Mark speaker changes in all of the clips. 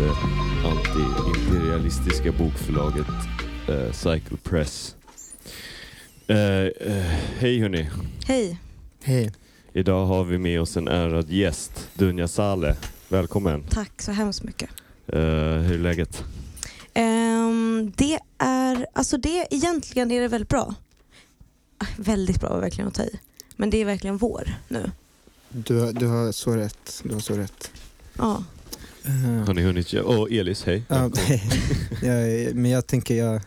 Speaker 1: eh, anti-imperialistiska bokförlaget eh, Psycho Press. Eh, eh, hej hörni.
Speaker 2: Hej.
Speaker 3: Hej.
Speaker 1: Idag har vi med oss en ärad gäst, Dunja Saleh. Välkommen.
Speaker 2: Tack så hemskt mycket.
Speaker 1: Eh, hur är läget?
Speaker 2: Ehm, det är, alltså det egentligen är det väldigt bra. Ah, Väldigt bra var verkligen att ta i. Men det är verkligen vår nu.
Speaker 3: Du, har- du har så rätt. Du har så rätt.
Speaker 2: Ja.
Speaker 3: Eh,
Speaker 1: Har ni hunnit? gö- Åh, Elis, hej.
Speaker 3: ja,
Speaker 1: Välkommen.
Speaker 3: jag, men jag tänker, jag,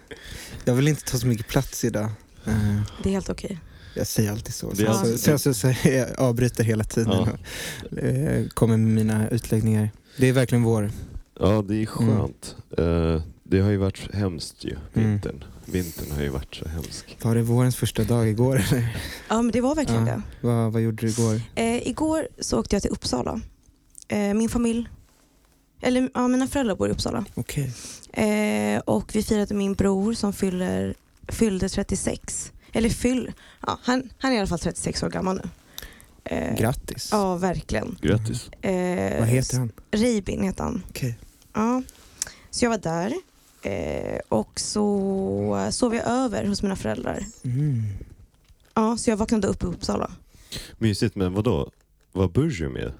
Speaker 3: jag vill inte ta så mycket plats idag. Eh,
Speaker 2: Det är helt okej.
Speaker 3: jag säger alltid så.
Speaker 1: Det
Speaker 3: Sen
Speaker 1: är alltså-
Speaker 3: så,
Speaker 2: alltid-
Speaker 3: sen så, så, jag avbryter hela tiden
Speaker 1: Ja.
Speaker 3: och eh, kommer med mina utläggningar. Det är verkligen vår.
Speaker 1: Ja, det är skönt. Eh, det har ju varit hemskt ju, vintern. Vintern har ju varit så hemsk.
Speaker 3: Var det vårens första dag igår eller?
Speaker 2: Ja men det var verkligen
Speaker 3: Ja.
Speaker 2: det.
Speaker 3: Vad, vad gjorde du igår?
Speaker 2: Eh, igår så åkte jag till Uppsala. Eh, min familj, eller ja, mina föräldrar bor i Uppsala.
Speaker 3: Okej.
Speaker 2: Eh, och vi firade min bror som fyller, fyllde 36. Eller fyll, ja, han, han är i alla fall 36 år gammal nu. Eh,
Speaker 3: Grattis.
Speaker 2: Ja, verkligen.
Speaker 1: Grattis.
Speaker 2: Eh,
Speaker 3: Vad heter han?
Speaker 2: Reibin heter han.
Speaker 3: Okej.
Speaker 2: Ja. Så jag var där eh, och så sov jag över hos mina föräldrar.
Speaker 3: Mm.
Speaker 2: Ja, så jag vaknade upp i Uppsala.
Speaker 1: Mysigt, men vadå? Vad Burjum är?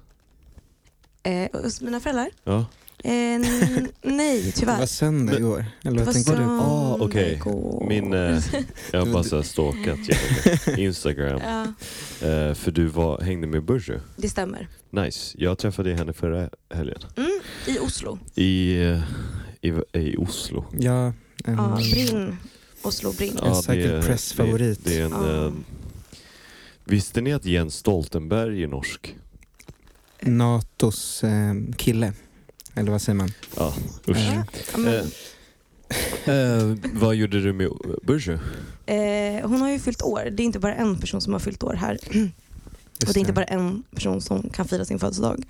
Speaker 2: Eh, hos mina föräldrar?
Speaker 1: Ja.
Speaker 2: Eh, n- nej,
Speaker 3: Det
Speaker 2: tyvärr.
Speaker 3: var söndag
Speaker 1: Men-
Speaker 3: igår. Eller
Speaker 2: Det
Speaker 3: vad
Speaker 2: var
Speaker 3: tänker du?
Speaker 2: söndag
Speaker 1: Ah, okej.
Speaker 2: igår.
Speaker 1: Min, eh, jag har bara så här stalkat jag, Instagram.
Speaker 2: Ja,
Speaker 1: Eh, för du var, hängde med Burju.
Speaker 2: det stämmer.
Speaker 1: Nice. Jag träffade henne förra helgen.
Speaker 2: Mm, I Oslo.
Speaker 1: I, eh, i, i Oslo.
Speaker 3: Ja. en-
Speaker 2: Ja, Brinn. Oslo Brinn.
Speaker 3: Mm. Ja. säkert pressfavorit.
Speaker 1: Det, det är en,
Speaker 2: Ja.
Speaker 1: eh, visste ni att Jens Stoltenberg är norsk?
Speaker 3: Natos eh, kille. Eller vad säger man?
Speaker 1: Ja, usch.
Speaker 3: Mm.
Speaker 2: Ja, men,
Speaker 1: Eh, vad gjorde du med Burju?
Speaker 2: eh, hon har ju fyllt år. Det är inte bara en person som har fyllt år här. Och
Speaker 3: Just
Speaker 2: det är inte bara en person som kan fira sin födelsedag.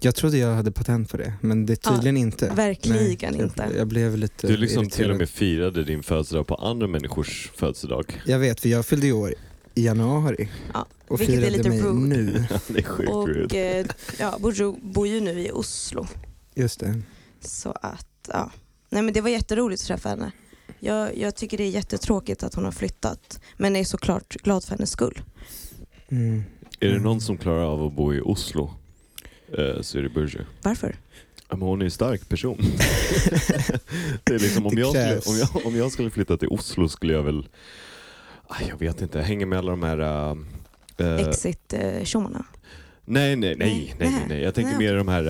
Speaker 3: Jag trodde jag hade patent på det, men det är tydligen inte.
Speaker 2: Verkligen
Speaker 3: Nej,
Speaker 2: inte.
Speaker 3: Jag, jag blev lite
Speaker 1: Du liksom
Speaker 3: Typ irriterad.
Speaker 1: till och med firade din födelsedag på andra människors födelsedag.
Speaker 3: Jag vet, för jag fyllde ju år i januari
Speaker 2: Ja,
Speaker 3: och
Speaker 2: vilket är
Speaker 3: firade
Speaker 2: lite
Speaker 3: mig
Speaker 2: rude.
Speaker 3: nu.
Speaker 1: det är sjukt
Speaker 2: Och
Speaker 1: rude.
Speaker 2: eh, ja, Burjo bor ju nu i Oslo.
Speaker 3: Just det.
Speaker 2: Så att, ja. Nej men det var jätteroligt att träffa henne. Jag, jag tycker det är jättetråkigt att hon har flyttat. Men är såklart glad för hennes skull.
Speaker 3: Mm.
Speaker 1: Är det någon som klarar av att bo i Oslo eh, så är det Burju.
Speaker 2: Varför?
Speaker 1: Ja, men hon är en stark person. det är liksom, om,
Speaker 3: Det
Speaker 1: jag skulle,
Speaker 3: krävs.
Speaker 1: om, jag, om jag skulle flytta till Oslo skulle jag väl... Ah, Jag vet inte, jag hänger med alla de här... eh, eh,
Speaker 2: Exit eh, tjommarna.
Speaker 1: nej, nej, nej,
Speaker 2: Nej,
Speaker 1: nej,
Speaker 2: nej.
Speaker 1: nej. Jag tänker
Speaker 2: Nej.
Speaker 1: mer de här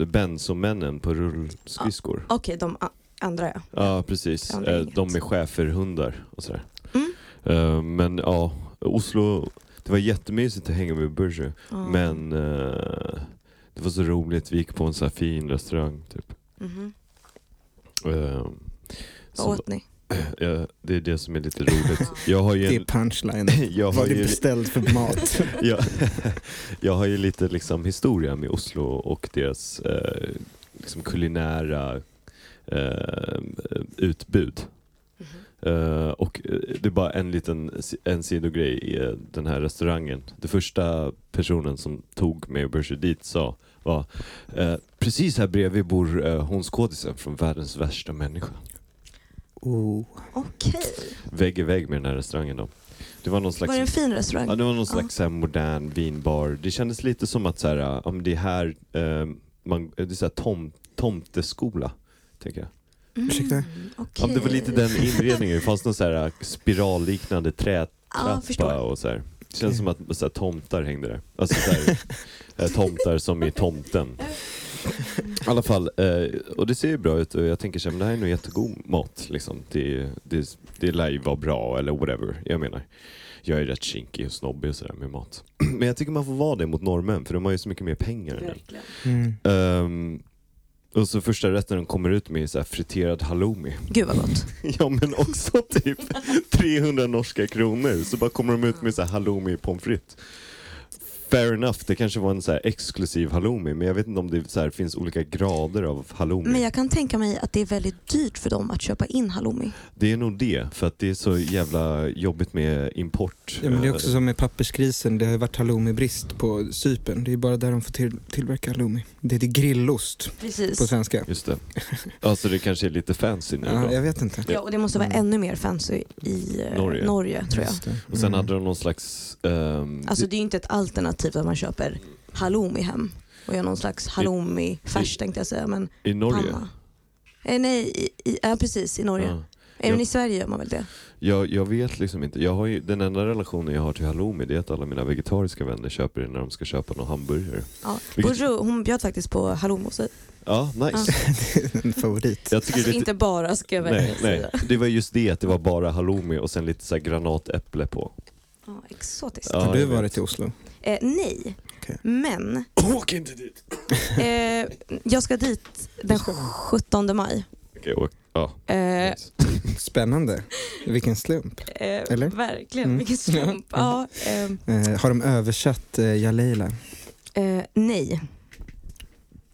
Speaker 1: uh, Benson-männen på rullskridskor.
Speaker 2: Okej, de a- andra ja.
Speaker 1: Ja, precis.
Speaker 2: Ja, det är
Speaker 1: Eh,
Speaker 2: inget.
Speaker 1: De är schäferhundar och sådär.
Speaker 2: Mm.
Speaker 1: Eh, Men ja, Oslo, det var jättemysigt att hänga med Burge.
Speaker 2: Ja.
Speaker 1: Men eh, det var så roligt, vi gick på en så här fin restaurang typ.
Speaker 2: Mhm.
Speaker 1: Eh,
Speaker 2: Vad
Speaker 1: som-
Speaker 2: åt ni?
Speaker 1: eh, det är det som är lite roligt. Jag har ju
Speaker 3: Det är
Speaker 1: en,
Speaker 3: punchline.
Speaker 1: jag har
Speaker 3: Vad du
Speaker 1: ju,
Speaker 3: beställt för mat.
Speaker 1: jag, jag har ju lite liksom historia med Oslo och deras eh, liksom kulinära eh, utbud.
Speaker 2: Mhm.
Speaker 1: Eh, och eh, det är bara en liten si- en sidogrej i eh, den här restaurangen. Det första personen som tog mig och Börse dit sa var eh, Precis här bredvid bor eh, hon skådisen från världens värsta människa.
Speaker 3: oh.
Speaker 2: Okej.
Speaker 1: Vägg i vägg med den här restaurangen då. Det var någon slags
Speaker 2: Var det en fin
Speaker 1: Ja,
Speaker 2: restaurang?
Speaker 1: det var någon slags så här, modern vinbar. Det kändes lite som att så här, ja, men det är här eh, man, det är så här tom, tomteskola. Tänker jag.
Speaker 3: Ursäkta?
Speaker 1: Ja, men det var lite
Speaker 2: Mm, okej.
Speaker 1: den inredningen. Det fanns någon så här eh, spiralliknande trä,
Speaker 2: Ja,
Speaker 1: trappa
Speaker 2: förstår.
Speaker 1: och så här. Det känns som att så här, tomtar hängde där. Alltså så här, eh, tomtar som i tomten. I alla fall, eh, och det ser ju bra ut och jag tänker så här, men det här är nog jättegod mat. Liksom. Det, det, det lär ju vara bra eller whatever. Jag menar, jag är rätt kinkig och snobbig och sådär med mat. Men jag tycker man får vara det mot norrmän för de har ju så mycket mer pengar än en.
Speaker 2: Verkligen.
Speaker 3: Mm.
Speaker 1: Ehm, och så första rätten de kommer ut med är så här friterad halloumi.
Speaker 2: Gud vad gott.
Speaker 1: Ja men också typ 300 norska kronor. Så bara kommer de ut med så här halloumi pommes frites. fair enough, det kanske var en så här exklusiv halloumi, men jag vet inte om det så här, finns olika grader av halloumi.
Speaker 2: Men jag kan tänka mig att det är väldigt dyrt för dem att köpa in halloumi.
Speaker 1: Det är nog det, för att det är så jävla jobbigt med import. Eh,
Speaker 3: Ja, men det är också som med papperskrisen, det har ju varit halloumibrist på Cypern. Det är ju bara där de får till, tillverka halloumi. Det heter grillost
Speaker 2: Precis.
Speaker 3: på svenska.
Speaker 1: Just det. Alltså det kanske är lite fancy nu
Speaker 3: Ja,
Speaker 1: då.
Speaker 3: jag vet inte.
Speaker 2: Ja, och det måste vara
Speaker 3: Mm.
Speaker 2: ännu mer fancy i eh,
Speaker 1: Norge.
Speaker 2: Norge tror jag.
Speaker 3: Just det.
Speaker 1: Och sen
Speaker 3: Mm.
Speaker 1: hade de någon slags... ehm,
Speaker 2: Alltså det är ju inte ett alternativ att man köper halloumi hem och gör någon slags halloumi-färs tänkte jag säga, men
Speaker 1: I Norge?
Speaker 2: panna. Eh, nej, i, i, ja, precis i Norge.
Speaker 1: Ja.
Speaker 2: Även
Speaker 1: Ja.
Speaker 2: i Sverige gör man väl det?
Speaker 1: Jag, jag vet liksom inte. Jag har ju, den enda relationen jag har till halloumi det är att alla mina vegetariska vänner köper det när de ska köpa någon hamburgare.
Speaker 2: Ja.
Speaker 1: Vilket-
Speaker 2: Burro, hon bjöd faktiskt på halloumi hos sig.
Speaker 1: Ja, nice.
Speaker 3: Det är en favorit.
Speaker 1: Jag tycker
Speaker 2: Alltså
Speaker 1: det,
Speaker 2: inte bara ska jag verkligen
Speaker 1: nej, nej.
Speaker 2: säga.
Speaker 1: det var just det att det var bara halloumi och sen lite så här granatäpple på.
Speaker 2: Ja, exotiskt.
Speaker 1: Ja,
Speaker 3: har du
Speaker 1: jag vet.
Speaker 3: varit i Oslo?
Speaker 2: Eh, nej,
Speaker 3: Okej.
Speaker 2: men
Speaker 1: Åk inte dit!
Speaker 2: eh, jag ska dit den 17 maj.
Speaker 1: Okej, åk. Ja,
Speaker 2: Eh,
Speaker 1: nice.
Speaker 3: Spännande. Vilken slump.
Speaker 2: eh,
Speaker 3: Eller?
Speaker 2: Verkligen,
Speaker 3: Mm.
Speaker 2: vilken slump. Ja, ehm,
Speaker 3: Eh, har de översatt eh, Ja Leila?
Speaker 2: Eh, nej.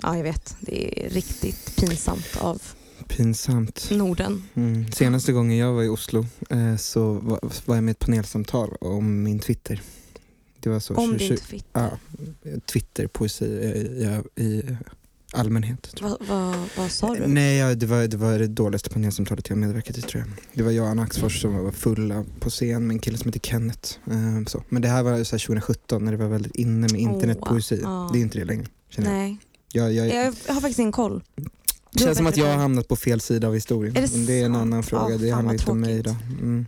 Speaker 2: Ja, jag vet. Det är riktigt pinsamt av
Speaker 3: Pinsamt.
Speaker 2: Norden.
Speaker 3: Mm. Senaste gången jag var i Oslo eh, så var, var jag med i ett panelsamtal om min Twitter. Det var så.
Speaker 2: Om
Speaker 3: 20
Speaker 2: din Twitter.
Speaker 3: Ja, Twitter-poesi eh, i, i allmänhet. Tror
Speaker 2: Vad vad- vad sa
Speaker 3: jag.
Speaker 2: du?
Speaker 3: Nej, ja, det, var, det var det dåligaste panelsamtalet jag medverkat i tror jag. Det var jag och Anna Axfors som var fulla på scen med en kille som heter Kenneth. Eh, så. Men det här var så här 2017 när det var väldigt inne med internetpoesi.
Speaker 2: ja.
Speaker 3: Det är inte det längre. Känner jag.
Speaker 2: Nej,
Speaker 3: Jag, jag,
Speaker 2: jag har faktiskt ingen koll.
Speaker 3: det
Speaker 2: Du har
Speaker 3: känns som att
Speaker 2: bättre
Speaker 3: jag har
Speaker 2: koll.
Speaker 3: hamnat på fel sida av historien.
Speaker 2: Är det
Speaker 3: Men det är en
Speaker 2: sant?
Speaker 3: annan fråga,
Speaker 2: Ja,
Speaker 3: det
Speaker 2: fan,
Speaker 3: handlar
Speaker 2: vad
Speaker 3: inte om mig idag.
Speaker 2: tråkigt.
Speaker 3: Mm.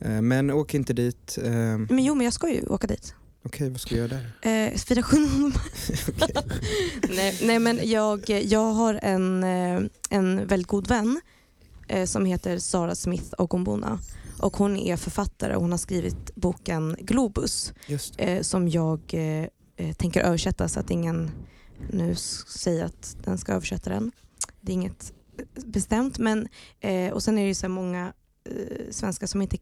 Speaker 3: Eh, Men åk inte dit. Eh, Okej,
Speaker 2: Men jo, men jag ska ju åka dit.
Speaker 3: vad ska jag göra där?
Speaker 2: Eh, fira sjunde nej, nej, men jag, jag har en, eh, en väldigt god vän eh, som heter Sara Smith Ogunbona. Och hon är författare och hon har skrivit boken Globus.
Speaker 3: Just det.
Speaker 2: eh, som jag eh, eh, tänker översätta så att ingen nu s- säger att den ska översätta den. Det är inget eh, bestämt. Men, eh, och sen är det ju så här många eh, svenskar som inte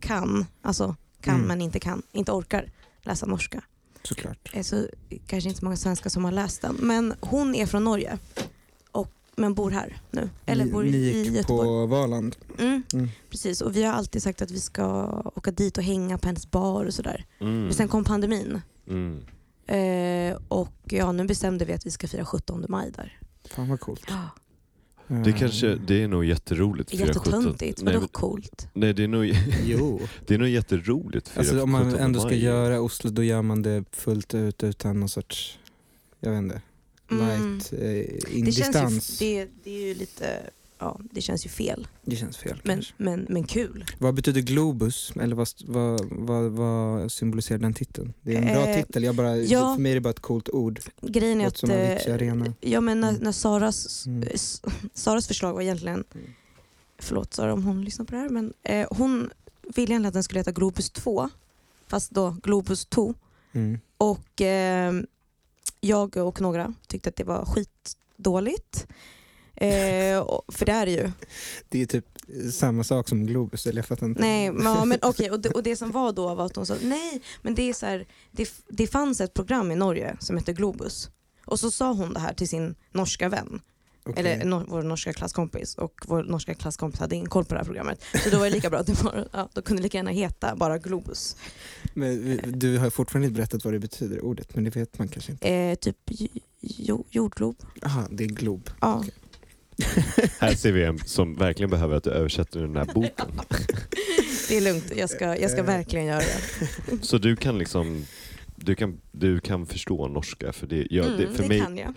Speaker 2: kan, alltså kan
Speaker 3: Mm.
Speaker 2: men inte kan, inte orkar läsa norska.
Speaker 3: Såklart.
Speaker 2: Eh, så kanske inte så många svenskar som har läst den. Men hon är från Norge och, men bor här nu. Eller
Speaker 3: Ni-
Speaker 2: bor
Speaker 3: Ni
Speaker 2: i
Speaker 3: gick
Speaker 2: Göteborg.
Speaker 3: på Valand.
Speaker 2: Mm,
Speaker 3: Mm.
Speaker 2: precis, och vi har alltid sagt att vi ska åka dit och hänga på hennes bar och sådär.
Speaker 1: Mm.
Speaker 2: Och sen kom pandemin.
Speaker 1: Mm.
Speaker 2: Eh, och ja, nu bestämde vi att vi ska fira 17 maj där.
Speaker 3: Fan vad coolt.
Speaker 1: Det
Speaker 3: Eh,
Speaker 1: kanske, det är nog jätteroligt. att fira
Speaker 2: Jättetöntigt,
Speaker 1: 17. Nej,
Speaker 2: vadå
Speaker 1: men-
Speaker 2: coolt?
Speaker 1: Nej, det är nog,
Speaker 3: Jo.
Speaker 1: det är nog jätteroligt. att fira
Speaker 3: Alltså om man
Speaker 1: 17
Speaker 3: ändå ska
Speaker 1: maj.
Speaker 3: göra Oslo då gör man det fullt ut utan någon sorts, jag vet inte, light eh, in
Speaker 2: Mm. Det,
Speaker 3: distans.
Speaker 2: känns ju, det, det är ju lite, ja det känns ju fel.
Speaker 3: det känns fel
Speaker 2: Men,
Speaker 3: kanske.
Speaker 2: men, men kul.
Speaker 3: Vad betyder Globus? Eller vad, vad, vad, vad symboliserar den titeln? Det är en bra
Speaker 2: Eh,
Speaker 3: titel, jag bara,
Speaker 2: ja.
Speaker 3: för mig är det bara ett coolt ord.
Speaker 2: Grejen är
Speaker 3: Något
Speaker 2: att,
Speaker 3: som Avicii
Speaker 2: eh,
Speaker 3: Arena.
Speaker 2: ja men när,
Speaker 3: Mm.
Speaker 2: när Saras,
Speaker 3: Mm.
Speaker 2: s- Saras förslag var egentligen,
Speaker 3: Mm.
Speaker 2: förlåt Sara om hon lyssnar på det här, men eh, hon ville egentligen att den skulle heta Globus 2, fast då Globus 2.
Speaker 3: Mm.
Speaker 2: Och eh, jag och några tyckte att det var skitdåligt. Eh, och- för det är det ju.
Speaker 3: Det är typ samma sak som Globus, eller jag fattar inte.
Speaker 2: Nej, ja, men okej. Och, det, och det som var då var att de sa nej, men det är så här, det, f- det fanns ett program i Norge som hette Globus. Och så sa hon det här till sin norska vän,
Speaker 3: Okej.
Speaker 2: eller no, vår norska klasskompis. Och vår norska klasskompis hade ingen koll på det här programmet. Så då var det lika bra att det var, ja, då kunde det lika gärna heta bara Globus.
Speaker 3: Men vi- du har fortfarande inte berättat vad det betyder, ordet, men det vet man kanske inte.
Speaker 2: Eh, typ j- jo, jordglob.
Speaker 3: Aha, det är glob.
Speaker 2: Ja.
Speaker 1: Här ser vi en som verkligen behöver att du översätter den här boken.
Speaker 2: Det är lugnt, jag ska, jag ska
Speaker 3: Eh.
Speaker 2: verkligen göra det.
Speaker 1: Så du kan liksom du kan, du kan förstå norska för det, ja,
Speaker 2: Mm,
Speaker 1: det, för mig,
Speaker 2: kan jag.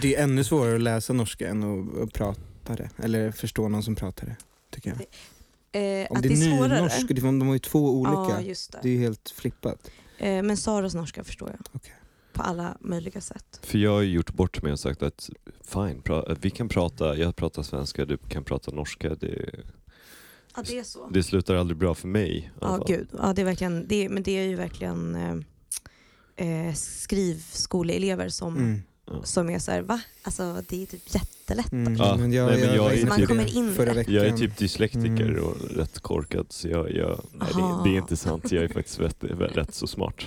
Speaker 3: Det är ännu svårare att läsa norska än att, att prata det, eller förstå någon som pratar det, tycker jag.
Speaker 2: Eh,
Speaker 3: Om
Speaker 2: att
Speaker 3: det är nynorsk,
Speaker 2: svårare.
Speaker 3: det- de har ju två
Speaker 2: Ja,
Speaker 3: olika.
Speaker 2: just det.
Speaker 3: det är ju helt flippat.
Speaker 2: Eh, men Saras norska förstår jag.
Speaker 3: Okej.
Speaker 2: På alla möjliga sätt.
Speaker 1: för jag har ju gjort bort mig och sagt att fine, pra, vi kan prata, jag pratar svenska, du kan prata norska. Det,
Speaker 2: Ja, det är så.
Speaker 1: det slutar aldrig bra för mig. i alla
Speaker 2: Ja,
Speaker 1: fall.
Speaker 2: gud. Ja, det är verkligen, det, men det är ju verkligen eh, eh, skrivskoleelever som,
Speaker 3: Mm.
Speaker 2: som är så här, va? Alltså det är typ jättelätt.
Speaker 3: Mm.
Speaker 1: Ja,
Speaker 3: men jag,
Speaker 1: nej, men
Speaker 3: jag,
Speaker 1: jag
Speaker 3: var
Speaker 1: är
Speaker 3: inne på
Speaker 1: Man
Speaker 3: det
Speaker 2: kommer in
Speaker 3: förra
Speaker 2: där.
Speaker 3: veckan.
Speaker 1: Jag är typ dyslektiker
Speaker 3: Mm.
Speaker 1: och rätt korkad så jag, jag nej, det,
Speaker 2: Aha.
Speaker 1: det är inte sant. Jag är faktiskt rätt, rätt så smart.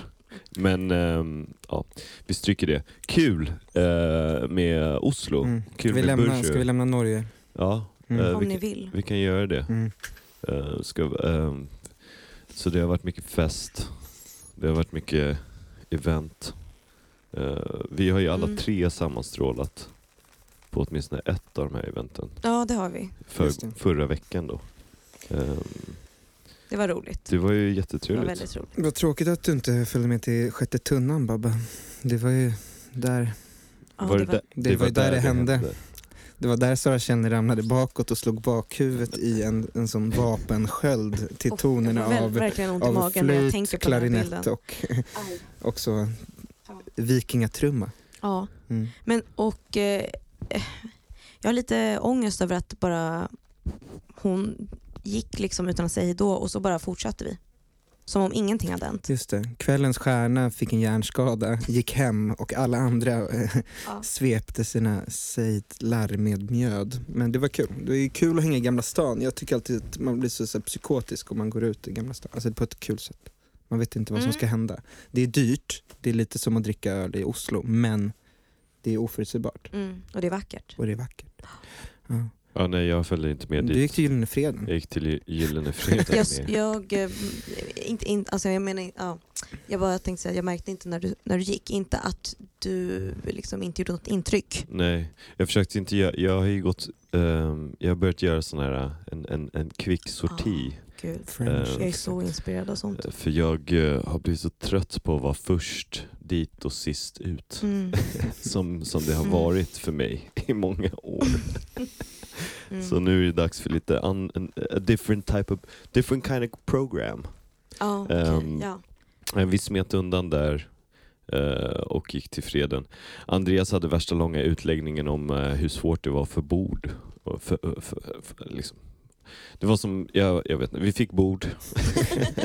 Speaker 1: Men ehm, ja, vi stryker det. Kul eh, med Oslo.
Speaker 3: Mm. Ska,
Speaker 1: Kul
Speaker 3: vi
Speaker 1: med
Speaker 3: lämna,
Speaker 1: Burgö.
Speaker 3: ska vi lämna Norge?
Speaker 1: Ja,
Speaker 3: Mm.
Speaker 1: Eh,
Speaker 2: Om
Speaker 1: vilket-
Speaker 2: ni vill.
Speaker 1: vi kan göra det.
Speaker 3: Mm.
Speaker 1: Eh, ska, ehm, så det har varit mycket fest. Det har varit mycket event. Eh, vi har ju alla
Speaker 2: Mm.
Speaker 1: tre sammanstrålat på åtminstone ett av de här eventen.
Speaker 2: Ja, det har vi.
Speaker 3: Just det.
Speaker 1: För, förra veckan då. Ehm,
Speaker 2: Det var roligt.
Speaker 1: det var ju
Speaker 2: Det var
Speaker 1: jättetrevligt.
Speaker 2: väldigt roligt.
Speaker 3: Vad tråkigt att du inte följde med till sjätte tunnan Babben. Det var ju där,
Speaker 2: Ja,
Speaker 1: Var
Speaker 2: det
Speaker 1: det
Speaker 2: var...
Speaker 1: där-
Speaker 3: det var ju där det hände. det var där Sara Kjellner ramlade bakåt och slog bakhuvudet i en, en sån vapensköld till
Speaker 2: Uff,
Speaker 3: tonerna
Speaker 2: jag får väl-
Speaker 3: av,
Speaker 2: verkligen ont i
Speaker 3: av
Speaker 2: magen när jag tänker
Speaker 3: flöjt,
Speaker 2: på den här bilden.
Speaker 3: klarinett och också vikingatrumma.
Speaker 2: Ja,
Speaker 3: Mm.
Speaker 2: men och eh, eh, jag har lite ångest över att bara hon gick liksom utan att säga då och så bara fortsatte vi. Som om ingenting hade hänt.
Speaker 3: Just det. Kvällens stjärna fick en hjärnskada, gick hem och alla andra eh,
Speaker 2: Ja.
Speaker 3: svepte sina sejtlar med mjöd. Men det var kul. Det är ju kul att hänga i Gamla stan. Jag tycker alltid att man blir så, så här psykotisk om man går ut i Gamla stan. Alltså på ett kul sätt. Man vet inte vad som
Speaker 2: Mm.
Speaker 3: ska hända. Det är dyrt. Det är lite som att dricka öl i Oslo, men det är oförutsägbart
Speaker 2: Mm, och det är vackert.
Speaker 3: och det är vackert. Ja.
Speaker 1: Ja, nej, jag följde inte med
Speaker 3: Du
Speaker 1: dit.
Speaker 3: gick till Gyllene Freden.
Speaker 1: Jag gick till Gyllene Freden.
Speaker 2: Jag,
Speaker 1: med-
Speaker 2: jag, eh, inte, inte, alltså jag menar, ja, jag bara tänkte säga, jag märkte inte när du, när du gick, inte att du liksom inte gjorde något intryck.
Speaker 1: Nej, jag försökte inte göra, jag har ju gått, ehm, jag har börjat göra sån här, eh, en, en, en kvick
Speaker 2: Ah.
Speaker 1: sorti.
Speaker 2: Gud,
Speaker 3: Friendship.
Speaker 1: Eh,
Speaker 2: jag är så inspirerad av sånt.
Speaker 1: Eh, För jag eh, har blivit så trött på att vara först dit och sist ut.
Speaker 2: Mm,
Speaker 1: Som, som det har
Speaker 2: Mm.
Speaker 1: varit för mig i många år.
Speaker 2: mm.
Speaker 1: Så nu är det dags för lite un, en, a different type of, different kind of program.
Speaker 2: ja, okej,
Speaker 1: ehm,
Speaker 2: ja.
Speaker 1: Eh, Vi smet undan där eh, och gick till freden. Andreas hade värsta långa utläggningen om eh, hur svårt det var för bord. Och För, för, för, liksom. Det var som, jag, jag vet inte, vi fick bord.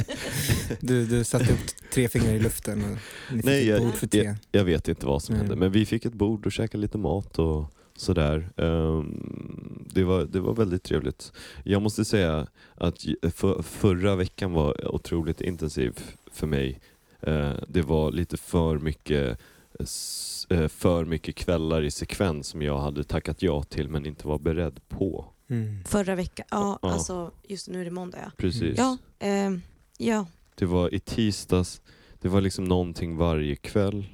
Speaker 3: Du, du satte upp tre fingrar i luften och ni fick
Speaker 1: Nej,
Speaker 3: ett
Speaker 1: jag-
Speaker 3: bord för tre.
Speaker 1: Jag vet inte vad som
Speaker 3: Nej.
Speaker 1: hände, men vi fick ett bord och käkade lite mat och sådär. Ehm, det, var, det var väldigt trevligt. Jag måste säga att j- för, förra veckan var otroligt intensiv för mig. Eh, det var lite för mycket s- eh, för mycket kvällar i sekvens som jag hade tackat ja till men inte var beredd på.
Speaker 3: Mm.
Speaker 2: Förra veckan, ja,
Speaker 1: Ja.
Speaker 2: alltså just nu är det måndag ja.
Speaker 1: Precis.
Speaker 2: Ja, ehm, ja.
Speaker 1: Det var i tisdags, det var liksom någonting varje kväll.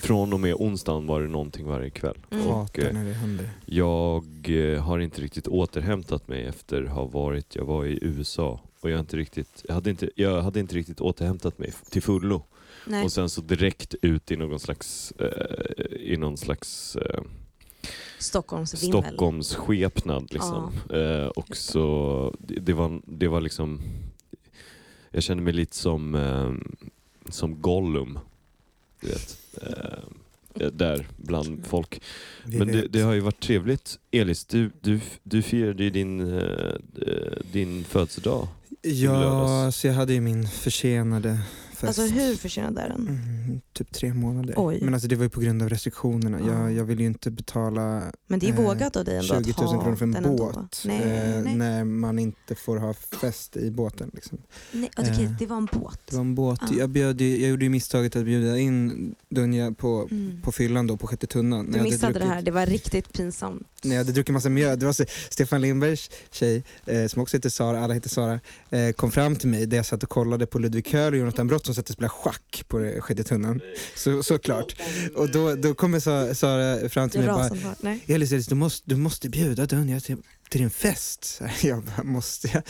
Speaker 1: Från och med onsdagen var det någonting varje kväll.
Speaker 2: Mm.
Speaker 3: Hatar när det händer.
Speaker 1: Jag eh, har inte riktigt återhämtat mig efter att ha varit, jag var i USA och jag, har inte riktigt, jag, hade, inte, jag hade inte riktigt återhämtat mig f- till fullo.
Speaker 2: Nej.
Speaker 1: Och sen så direkt ut i någon slags, eh, i någon slags eh,
Speaker 2: Stockholmsvimmel.
Speaker 1: Stockholmsskepnad. Liksom. Eh, och så, det, det, var, det var liksom, jag kände mig lite som, eh, som Gollum. Du vet. Eh, där bland folk.
Speaker 3: Vi
Speaker 1: Men det,
Speaker 3: vet.
Speaker 1: det har ju varit trevligt. Elis, du, du, du firade ju din, eh, eh, din födelsedag.
Speaker 3: Ja,
Speaker 1: lördags.
Speaker 3: så jag hade ju min försenade fest.
Speaker 2: Alltså hur förtjänad är den?
Speaker 3: Mm, typ tre månader.
Speaker 2: Oj.
Speaker 3: Men alltså det var ju på grund av restriktionerna.
Speaker 2: Ja.
Speaker 3: Jag, jag ville ju inte betala
Speaker 2: Men det är
Speaker 3: Eh,
Speaker 2: vågat av dig ändå
Speaker 3: 20 000
Speaker 2: att ha
Speaker 3: kronor för en
Speaker 2: den ändå.
Speaker 3: båt
Speaker 2: Nej,
Speaker 3: eh,
Speaker 2: nej.
Speaker 3: när man inte får ha fest i båten. Liksom.
Speaker 2: nej. Och det,
Speaker 3: eh,
Speaker 2: det var en båt.
Speaker 3: Det var en båt.
Speaker 2: Ah.
Speaker 3: Jag, bjöd ju, jag gjorde ju misstaget att bjuda in Dunja på,
Speaker 2: Mm.
Speaker 3: på fyllan då på sjätte tunnan. När
Speaker 2: Du
Speaker 3: jag hade
Speaker 2: missade det
Speaker 3: druckit-
Speaker 2: här, det var riktigt pinsamt.
Speaker 3: när jag hade druckit massa mjöd. Det var så, Stefan Lindbergs tjej, eh, som också heter Sara, alla heter Sara, eh, kom fram till mig där jag satt och kollade på Ludvig Köhler och Jonathan Brott som satt och spelade schack på det- Sjätte tunnan. Så, såklart. Och då, då kommer Sa- Sara fram till
Speaker 2: Jag
Speaker 3: mig och bara
Speaker 2: rasade bara, nej.
Speaker 3: Elis, Elis du, måste, du måste bjuda Dunja till, till din fest. Så här, Jag bara, måste jag?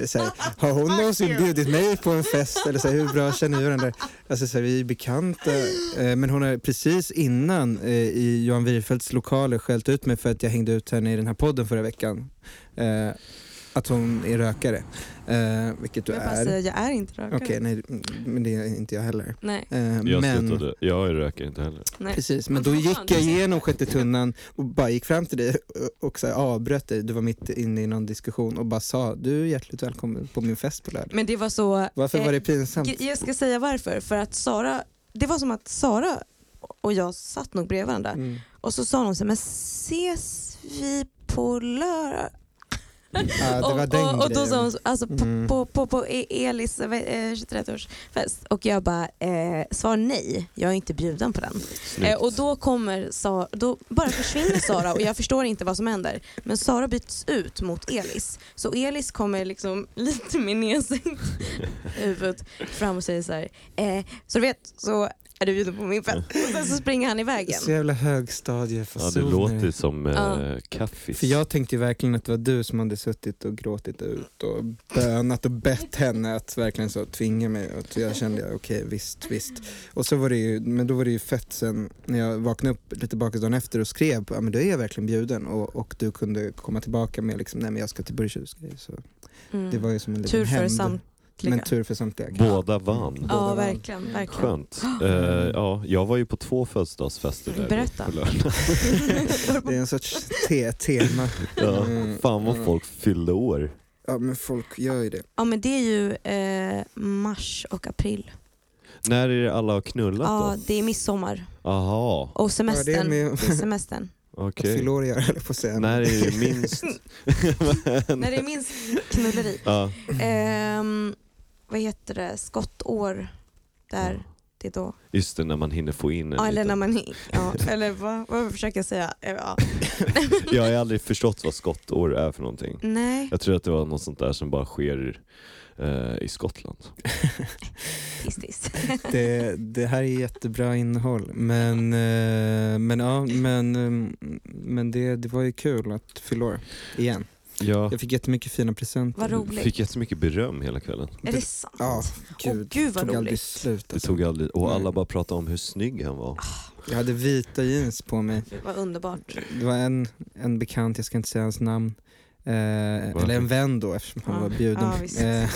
Speaker 3: Eh, så här, har hon någonsin bjudit mig på en fest? Eller så här, hur bra känner vi varandra? Alltså, så här, vi är bekanta. Eh, men hon har precis innan eh, i Johan Wierfeldts lokaler skällt ut mig för att jag hängde ut henne i den här podden förra veckan. Eh, att hon är rökare. Eh, vilket du
Speaker 2: Jag bara
Speaker 3: är.
Speaker 2: säger, jag är inte rökare.
Speaker 3: Okej, nej, mm, men det är inte jag heller.
Speaker 2: Nej,
Speaker 3: Eh,
Speaker 1: Jag
Speaker 3: men...
Speaker 1: slutade, jag röker inte heller.
Speaker 2: nej.
Speaker 3: Precis, men då
Speaker 2: Vad fan,
Speaker 3: gick
Speaker 2: du
Speaker 3: jag
Speaker 2: ser-
Speaker 3: igenom sjätte tunnan och bara gick fram till dig och- och så här avbröt dig. Du var mitt inne i någon diskussion och bara sa du är hjärtligt välkommen på min fest på lördag.
Speaker 2: Men det var så...
Speaker 3: Varför
Speaker 2: eh,
Speaker 3: var det pinsamt?
Speaker 2: Ge- Jag ska säga varför. För att Sara, det var som att Sara och jag satt nog bredvid varandra
Speaker 3: Mm.
Speaker 2: och så sa någon så här, men ses vi på lördag?
Speaker 3: Ja, det var
Speaker 2: och,
Speaker 3: den
Speaker 2: och, och då
Speaker 3: grejen.
Speaker 2: sa hon så- alltså, på,
Speaker 3: Mm.
Speaker 2: på, på, på E- Elis eh, 23-årsfest och jag bara eh, svar nej, jag är inte bjuden på den.
Speaker 1: Snyggt.
Speaker 2: Eh, och då kommer Sara, då bara försvinner Sara och jag förstår inte vad som händer. Men Sara byts ut mot Elis. Så Elis kommer liksom lite med nedsänkt huvud fram och säger så här, eh, så du vet så är du bjuden på min fest.
Speaker 3: Mm.
Speaker 2: Och sen så springer han iväg igen.
Speaker 3: Så jävla högstadiefasoner.
Speaker 1: Ja, du låter som eh,
Speaker 2: Ja.
Speaker 1: kaffis.
Speaker 3: För jag tänkte ju verkligen att det var du som hade suttit och gråtit ut och bönat och bett henne att verkligen så tvinga mig. Och jag kände okej, visst, visst. Och så var det ju, men då var det ju fett sen när jag vaknade upp lite bakåt dagen efter och skrev, ja men då är jag verkligen bjuden. Och, och du kunde komma tillbaka med liksom, nej men jag ska till Burkös grej. Så
Speaker 2: Mm.
Speaker 3: det var ju som en liten
Speaker 2: Tur för
Speaker 3: hämnd.
Speaker 2: samtliga.
Speaker 3: Men tur för samtliga.
Speaker 1: Båda vann.
Speaker 3: båda
Speaker 2: Ja,
Speaker 3: vann.
Speaker 2: verkligen. verkligen.
Speaker 1: Skönt. Eh, ja, jag var ju på två födelsedagsfester där
Speaker 2: Berätta.
Speaker 1: på lördag.
Speaker 3: Det är en sorts te tema.
Speaker 1: Ja,
Speaker 3: Mm.
Speaker 1: fan vad folk fyllde år.
Speaker 3: Ja men folk gör ju det.
Speaker 2: Ja men det är ju eh, mars och april.
Speaker 1: När är det alla har knullat
Speaker 2: Ja,
Speaker 1: då?
Speaker 2: det är midsommar
Speaker 1: Aha,
Speaker 2: och
Speaker 3: Ja, det är
Speaker 2: semestern.
Speaker 3: med
Speaker 2: Det är semestern.
Speaker 3: att
Speaker 1: okej.
Speaker 3: fylla år att göra, höll jag på att säga.
Speaker 1: När är det minst?
Speaker 2: När det är minst knulleri.
Speaker 1: ja.
Speaker 2: Ehm, vad heter det? Skottår. Där. Det är då.
Speaker 1: Just det, när man hinner få in en
Speaker 2: Ja, eller
Speaker 1: liten-
Speaker 2: när man... Ja, eller vad, vad försöker jag säga? Ja.
Speaker 1: Jag har aldrig förstått vad skottår är för någonting.
Speaker 2: Nej,
Speaker 1: Jag tror att det var något sånt där som bara sker eh, i Skottland.
Speaker 2: tis, tis.
Speaker 3: Det, det här är jättebra innehåll men, eh, men ja, men, eh, men det, det var ju kul att fylla år igen.
Speaker 1: Ja.
Speaker 3: Jag fick jättemycket fina presenter.
Speaker 2: Vad roligt.
Speaker 1: Fick jättemycket beröm hela kvällen.
Speaker 2: Är det sant?
Speaker 3: Ja,
Speaker 2: Åh,
Speaker 3: gud.
Speaker 2: gud
Speaker 3: det
Speaker 2: vad
Speaker 3: tog aldrig
Speaker 2: roligt.
Speaker 3: slut.
Speaker 1: Det
Speaker 3: Alltså.
Speaker 1: tog aldrig, och alla
Speaker 3: Nej.
Speaker 1: bara pratade om hur snygg han var.
Speaker 3: Jag hade vita jeans på mig.
Speaker 2: Vad underbart.
Speaker 3: Det var en, en bekant, jag ska inte säga hans namn, eh,
Speaker 1: Varför?
Speaker 3: eller en vän då eftersom han
Speaker 2: Ja.
Speaker 3: var bjuden.
Speaker 2: Ja, visst.
Speaker 3: Eh,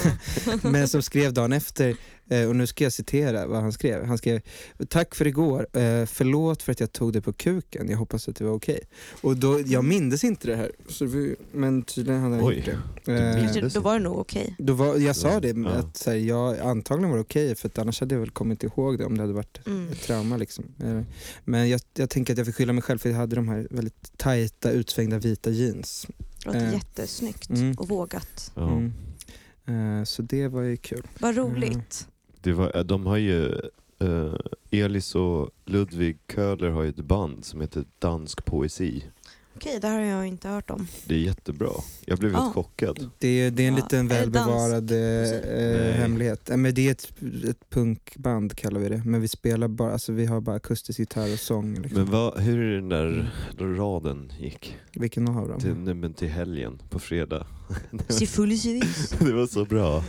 Speaker 2: Ja.
Speaker 3: men som skrev dagen efter, eh, och nu ska jag citera vad han skrev. Han skrev “Tack för igår, eh, förlåt för att jag tog dig på kuken, jag hoppas att det var okej”. Och då, jag mindes inte det här, så vi, men tydligen hade han
Speaker 1: Oj.
Speaker 3: gjort det. Eh,
Speaker 1: Du minns
Speaker 2: Kanske,
Speaker 1: det är
Speaker 2: då
Speaker 1: så.
Speaker 2: var det nog okej.
Speaker 3: då var, jag sa det,
Speaker 1: Ja.
Speaker 3: att så här, jag antagligen var det okej, för att annars hade jag väl kommit ihåg det om det hade varit
Speaker 2: Mm.
Speaker 3: ett trauma. Liksom. Eh, Men jag, jag tänker att jag fick skylla mig själv för jag hade de här väldigt tajta, utsvängda vita jeans.
Speaker 2: Det låter
Speaker 3: Eh.
Speaker 2: jättesnyggt
Speaker 3: Mm.
Speaker 2: och vågat.
Speaker 1: Ja.
Speaker 3: Mm. Eh, Så det var ju kul.
Speaker 2: Vad roligt.
Speaker 1: Det var, de har ju, eh, Elis och Ludvig Köhler har ju ett band som heter Dansk poesi.
Speaker 3: Mm.
Speaker 2: Okej, det här har jag inte hört om.
Speaker 1: Det är jättebra. Jag blev helt
Speaker 2: Ja.
Speaker 1: chockad.
Speaker 3: Det är, det är en
Speaker 2: Ja,
Speaker 3: liten
Speaker 2: är det
Speaker 3: välbevarad
Speaker 2: musik?
Speaker 1: Nej.
Speaker 3: eh, hemlighet. Eh, Men det är ett, ett punkband kallar vi det, men vi spelar bara, alltså vi har bara akustisk gitarr och sång. Liksom.
Speaker 1: Men vad, hur är den där då raden gick?
Speaker 3: Vilken av dem?
Speaker 1: Till, nej, men till helgen, på fredag.
Speaker 2: Sifulisivis.
Speaker 1: Det var så bra.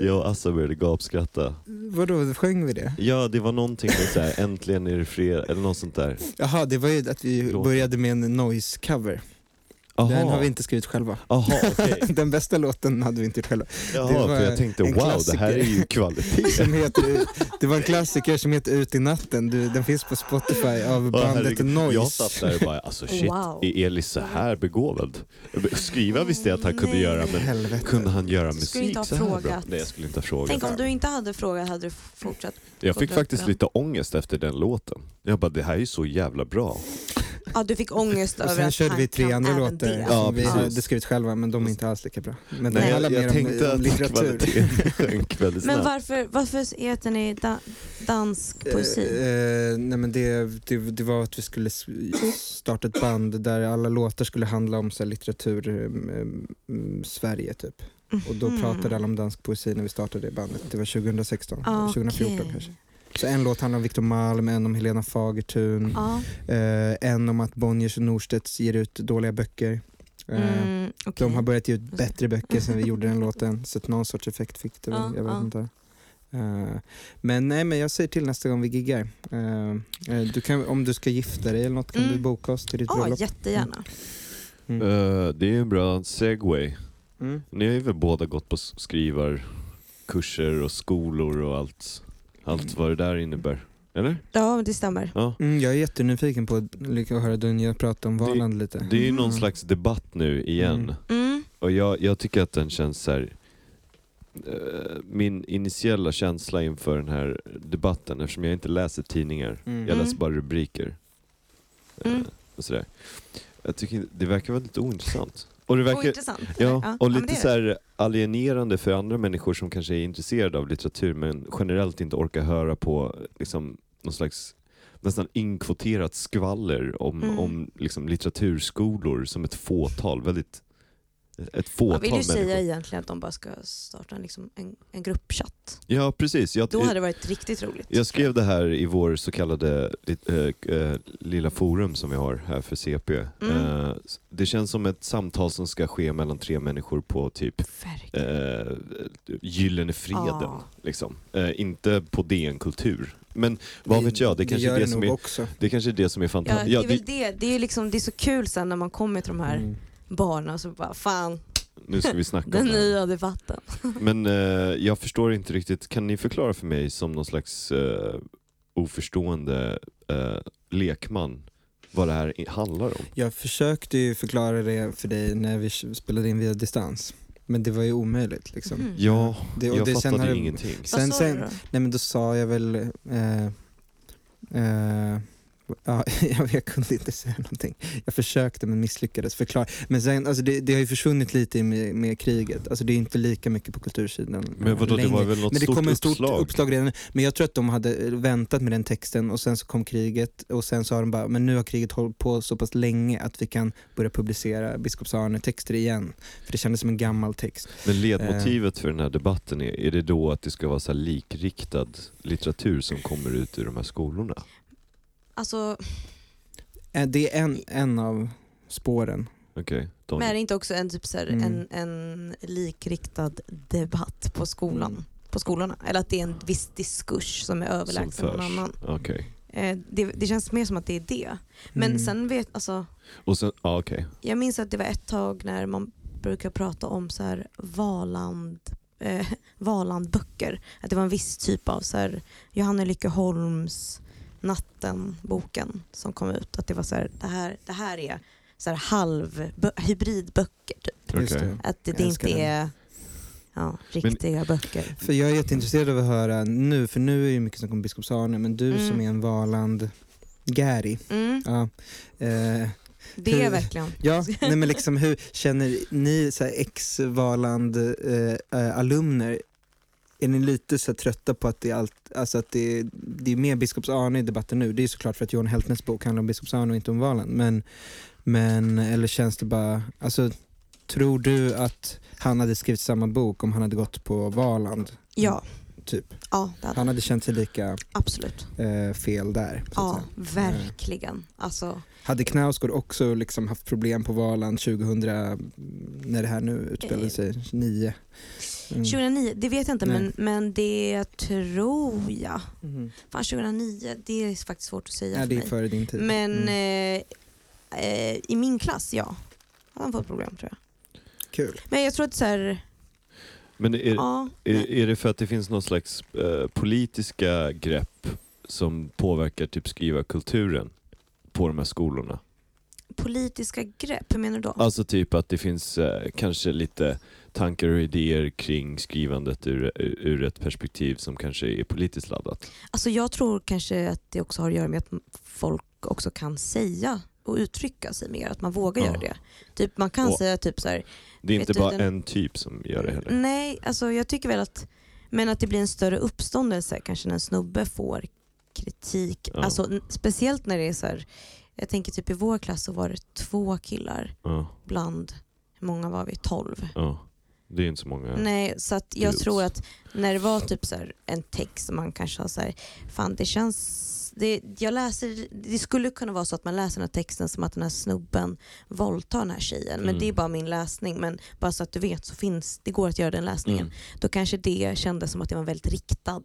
Speaker 1: Jag och Assa började gapskratta.
Speaker 3: Vadå, sjöng vi det?
Speaker 1: Ja, det var någonting med så här, äntligen är det fredag, eller något sånt där.
Speaker 3: Jaha, det var ju att vi
Speaker 1: Låten.
Speaker 3: började med en noise-cover. Den har vi inte skrivit själva.
Speaker 1: Aha, okej.
Speaker 3: Den bästa låten hade vi inte gjort själva.
Speaker 1: Jaha,
Speaker 3: Det var
Speaker 1: för jag tänkte
Speaker 3: en
Speaker 1: wow, det här är ju kvalitet.
Speaker 3: Som heter, det var en klassiker som heter Ut i natten, du, den finns på Spotify av
Speaker 1: Åh,
Speaker 3: bandet
Speaker 1: herregud.
Speaker 3: Noise.
Speaker 1: Jag satt där och bara, alltså shit,
Speaker 2: Wow.
Speaker 1: är Elis så här begåvad? Skriva visste jag att han kunde
Speaker 2: Nej.
Speaker 1: göra, men
Speaker 3: Helvete.
Speaker 1: kunde han göra
Speaker 2: Skulle inte ha
Speaker 1: musik så här bra?
Speaker 2: frågat.
Speaker 1: Nej, jag skulle inte ha frågat.
Speaker 2: Tänk om du inte hade frågat hade du f- fortsatt.
Speaker 1: Jag fick
Speaker 2: Fått
Speaker 1: faktiskt
Speaker 2: rätt, ja.
Speaker 1: lite ångest efter den låten. Jag bara, det här är ju så jävla bra.
Speaker 2: Ja, du fick ångest
Speaker 3: Och
Speaker 2: över
Speaker 3: sen
Speaker 2: att
Speaker 3: körde
Speaker 2: han
Speaker 3: vi tre
Speaker 2: kan
Speaker 3: andra
Speaker 2: även
Speaker 3: låtar
Speaker 2: det.
Speaker 1: Ja,
Speaker 3: som vi
Speaker 1: precis.
Speaker 3: hade skrivit själva men de är inte alls lika bra. Men de
Speaker 1: Nej,
Speaker 3: handlar
Speaker 1: jag,
Speaker 3: mer
Speaker 1: jag tänkte
Speaker 3: om, om
Speaker 1: att
Speaker 3: litteratur.
Speaker 1: kvaliteten sjönk väldigt
Speaker 2: Men
Speaker 1: snabbt.
Speaker 2: varför, varför heter ni da, dansk
Speaker 3: Eh,
Speaker 2: poesi?
Speaker 3: eh, nej men det, det, det var att vi skulle s- starta ett band där alla låtar skulle handla om så här, litteratur, eh, mm, Sverige typ. Och då
Speaker 2: Mhm.
Speaker 3: pratade alla om dansk poesi när vi startade det bandet. Det var 2016,
Speaker 2: Ah,
Speaker 3: 2014
Speaker 2: okej.
Speaker 3: kanske. Så en låt handlar om Victor Malm, en om Helena Fagertun,
Speaker 2: Ja,
Speaker 3: eh, en om att Bonniers och Norstedts ger ut dåliga böcker. Eh,
Speaker 2: mm, okej.
Speaker 3: De har börjat ge ut bättre böcker sen vi gjorde den låten, så att någon sorts effekt fick det väl.
Speaker 2: Ja,
Speaker 3: jag vet
Speaker 2: ja.
Speaker 3: inte. Eh, men nej, men jag säger till nästa gång vi giggar. Eh, eh, du kan, om du ska gifta dig eller något kan
Speaker 2: Mm.
Speaker 3: du boka oss till ditt
Speaker 2: Ja,
Speaker 3: bröllop.
Speaker 2: jättegärna.
Speaker 3: Mm.
Speaker 1: Eh, det är ju en bra segway.
Speaker 3: Mm.
Speaker 1: Ni har ju väl båda gått på s- skrivarkurser och skolor och allt, allt vad det där innebär? Eller?
Speaker 2: Ja, det stämmer.
Speaker 1: Ja.
Speaker 3: Mm, jag är jättenyfiken på att lycka- höra Dunja prata om Valand lite.
Speaker 1: Det är ju någon
Speaker 3: Mm.
Speaker 1: slags debatt nu igen.
Speaker 3: Mm.
Speaker 2: Mm.
Speaker 1: Och jag, jag tycker att den känns så här. eh, Min initiella känsla inför den här debatten, eftersom jag inte läser tidningar,
Speaker 3: Mm.
Speaker 1: jag
Speaker 2: Mm.
Speaker 1: läser bara rubriker. eh,
Speaker 2: Mm.
Speaker 1: Och sådär. Jag tycker det verkar väldigt ointressant. Och det verkar,
Speaker 2: Ointressant.
Speaker 1: ja, och
Speaker 2: Oh, men
Speaker 1: lite
Speaker 2: det är
Speaker 1: så
Speaker 2: det.
Speaker 1: här alienerande för andra människor som kanske är intresserade av litteratur men generellt inte orkar höra på liksom, någon slags nästan inkvoterat skvaller om,
Speaker 2: Mm.
Speaker 1: om liksom, litteraturskolor som ett fåtal, väldigt ett
Speaker 2: Man
Speaker 1: fåtal
Speaker 2: vill ju
Speaker 1: människor.
Speaker 2: säga egentligen att de bara ska starta liksom en, en gruppchatt.
Speaker 1: Ja, precis. Jag,
Speaker 2: Då hade det varit riktigt roligt.
Speaker 1: Eh, Jag skrev det här i vår så kallade lit- eh, eh, lilla forum som vi har här för CP.
Speaker 2: Mm.
Speaker 1: Eh, s- det känns som ett samtal som ska ske mellan tre människor på typ
Speaker 2: Verkligen.
Speaker 1: eh, Gyllene Freden.
Speaker 2: Ah.
Speaker 1: Liksom. Eh, inte på DN Kultur. Men vad vet jag, det kanske
Speaker 3: gör
Speaker 1: är det
Speaker 3: nog
Speaker 1: som är,
Speaker 3: också.
Speaker 1: det kanske är det som är
Speaker 2: Ja,
Speaker 1: fantastiskt.
Speaker 2: det är väl det. Det är, liksom, det är så kul sen när man kommer till de här
Speaker 3: Mm.
Speaker 2: barnen och så bara fan,
Speaker 1: nu ska vi snacka
Speaker 2: den
Speaker 1: om det här.
Speaker 2: nya debatten.
Speaker 1: Men eh, jag förstår inte riktigt, kan ni förklara för mig som någon slags eh, oförstående eh, lekman vad det här i- handlar om?
Speaker 3: Jag försökte ju förklara det för dig när vi spelade in via distans. Men det var ju omöjligt liksom.
Speaker 2: Mhm.
Speaker 1: Ja,
Speaker 3: Det,
Speaker 1: jag
Speaker 3: det,
Speaker 1: fattade
Speaker 3: har-
Speaker 1: ingenting.
Speaker 2: Vad
Speaker 3: Sen,
Speaker 2: sa
Speaker 3: sen,
Speaker 2: du då?
Speaker 3: Nej men då sa jag väl... Eh, eh, ja, jag, jag kunde inte säga någonting. Jag försökte men misslyckades förklara. Men sen, alltså det, det har ju försvunnit lite i med, med kriget. Alltså det är inte lika mycket på kultursidan
Speaker 1: Men
Speaker 3: eh,
Speaker 1: vadå, det
Speaker 3: längre.
Speaker 1: var väl något
Speaker 3: men det
Speaker 1: stort,
Speaker 3: kom ett stort
Speaker 1: uppslag?
Speaker 3: uppslag. redan. Men jag tror att de hade eh, väntat med den texten och sen så kom kriget och sen så har de bara, men nu har kriget hållit på så pass länge att vi kan börja publicera biskops Arne-texter igen. För det kändes som en gammal text.
Speaker 1: Men
Speaker 3: Eh.
Speaker 1: ledmotivet för den här debatten, är, är det då att det ska vara så här likriktad litteratur som kommer ut ur de här skolorna?
Speaker 2: Alltså,
Speaker 3: Eh, Det är en, en av spåren.
Speaker 1: Okej,
Speaker 2: men är det
Speaker 1: Daniel.
Speaker 2: inte också en, typ så här,
Speaker 3: Mm.
Speaker 2: en, en likriktad debatt på skolan?
Speaker 3: Mm.
Speaker 2: På skolorna? Eller att det är en viss diskurs som är
Speaker 1: Som
Speaker 2: överlägsen någon
Speaker 1: förs.
Speaker 2: annan?
Speaker 1: Okej.
Speaker 2: Eh, det, det känns mer som att det är det. Men
Speaker 3: Mm.
Speaker 2: sen vet, alltså,
Speaker 1: Och sen, ja okej.
Speaker 2: Jag minns att det var ett tag när man brukar prata om så här Valand, eh, Valandböcker. Att det var en viss typ av så här, Johanna Lyckeholms Natten-boken som kom ut. Att det var så här, det här, det här är så här halv, hybridböcker. Typ.
Speaker 3: Just
Speaker 1: okej.
Speaker 3: det.
Speaker 2: Att det,
Speaker 3: Jag
Speaker 2: det
Speaker 3: älskar
Speaker 2: inte
Speaker 3: den.
Speaker 2: är ja, riktiga böcker.
Speaker 3: För jag är jätteintresserad av att höra nu, för nu är ju mycket som om biskops Arne, men du
Speaker 2: Mm.
Speaker 3: som är en Valand Gary.
Speaker 2: Mm,
Speaker 3: Ja, eh,
Speaker 2: det
Speaker 3: Hur-
Speaker 2: är verkligen.
Speaker 3: ja nej men liksom hur känner ni så här ex-Valand eh, eh, alumner? Är ni lite så här trötta på att det är allt, alltså att det är, det är mer biskops Arne i debatten nu? Det är ju såklart för att Johan Heltnets bok handlar om biskops Arne och inte om Valand, men, men eller känns det bara, alltså tror du att han hade skrivit samma bok om han hade gått på Valand?
Speaker 2: Ja,
Speaker 3: Typ.
Speaker 2: ja det hade,
Speaker 3: Han hade känt sig lika
Speaker 2: absolut.
Speaker 3: eh, fel där. Så
Speaker 2: Ja,
Speaker 3: att säga.
Speaker 2: verkligen. Alltså,
Speaker 3: Hade Knausgård också liksom haft problem på Valand 2000, mm, när det här nu utspelade
Speaker 2: Eh.
Speaker 3: sig, 9? Mm.
Speaker 2: 2009, det vet jag inte
Speaker 3: Nej.
Speaker 2: men, men det tror jag.
Speaker 3: Mm.
Speaker 2: Fan 2009, det är faktiskt svårt att säga
Speaker 3: Ja,
Speaker 2: för
Speaker 3: det är
Speaker 2: mig.
Speaker 3: före din tid.
Speaker 2: Men
Speaker 3: Mm.
Speaker 2: eh, eh, i min klass, ja. Hade han fått problem tror jag.
Speaker 3: Kul.
Speaker 2: Men jag tror att så här,
Speaker 1: Men är,
Speaker 2: ja.
Speaker 1: är,
Speaker 2: nej.
Speaker 1: är det för att det finns någon slags eh, politiska grepp som påverkar typ skrivarkulturen på de här skolorna?
Speaker 2: Politiska grepp, hur menar du då?
Speaker 1: Alltså typ att det finns eh, kanske lite tankar och idéer kring skrivandet ur, ur ett perspektiv som kanske är politiskt laddat.
Speaker 2: Alltså jag tror kanske att det också har att göra med att folk också kan säga och uttrycka sig mer, att man vågar
Speaker 1: Ja.
Speaker 2: göra det. Typ, man kan
Speaker 1: Och-
Speaker 2: säga typ så här,
Speaker 1: Det är
Speaker 2: Vet
Speaker 1: inte
Speaker 2: du,
Speaker 1: bara
Speaker 2: den-
Speaker 1: en typ som gör det heller.
Speaker 2: Nej, alltså jag tycker väl att, men att det blir en större uppståndelse kanske när en snubbe får kritik.
Speaker 1: Ja.
Speaker 2: Alltså, n- speciellt när det är så här, jag tänker typ i vår klass så var det två killar
Speaker 1: Ja,
Speaker 2: bland, hur många var vi? Tolv?
Speaker 1: ja. Det är inte så många. Mm.
Speaker 2: Nej, så att jag
Speaker 1: Pilot.
Speaker 2: tror att när det var typ så här en text som man kanske har så här, fan det känns, det, jag läser, det skulle kunna vara så att man läser den här texten som att den här snubben våldtar den här tjejen, men
Speaker 1: Mm.
Speaker 2: det är bara min läsning. Men bara så att du vet så finns, det går att göra den läsningen
Speaker 1: Mm.
Speaker 2: då kanske det kändes som att det var en väldigt riktad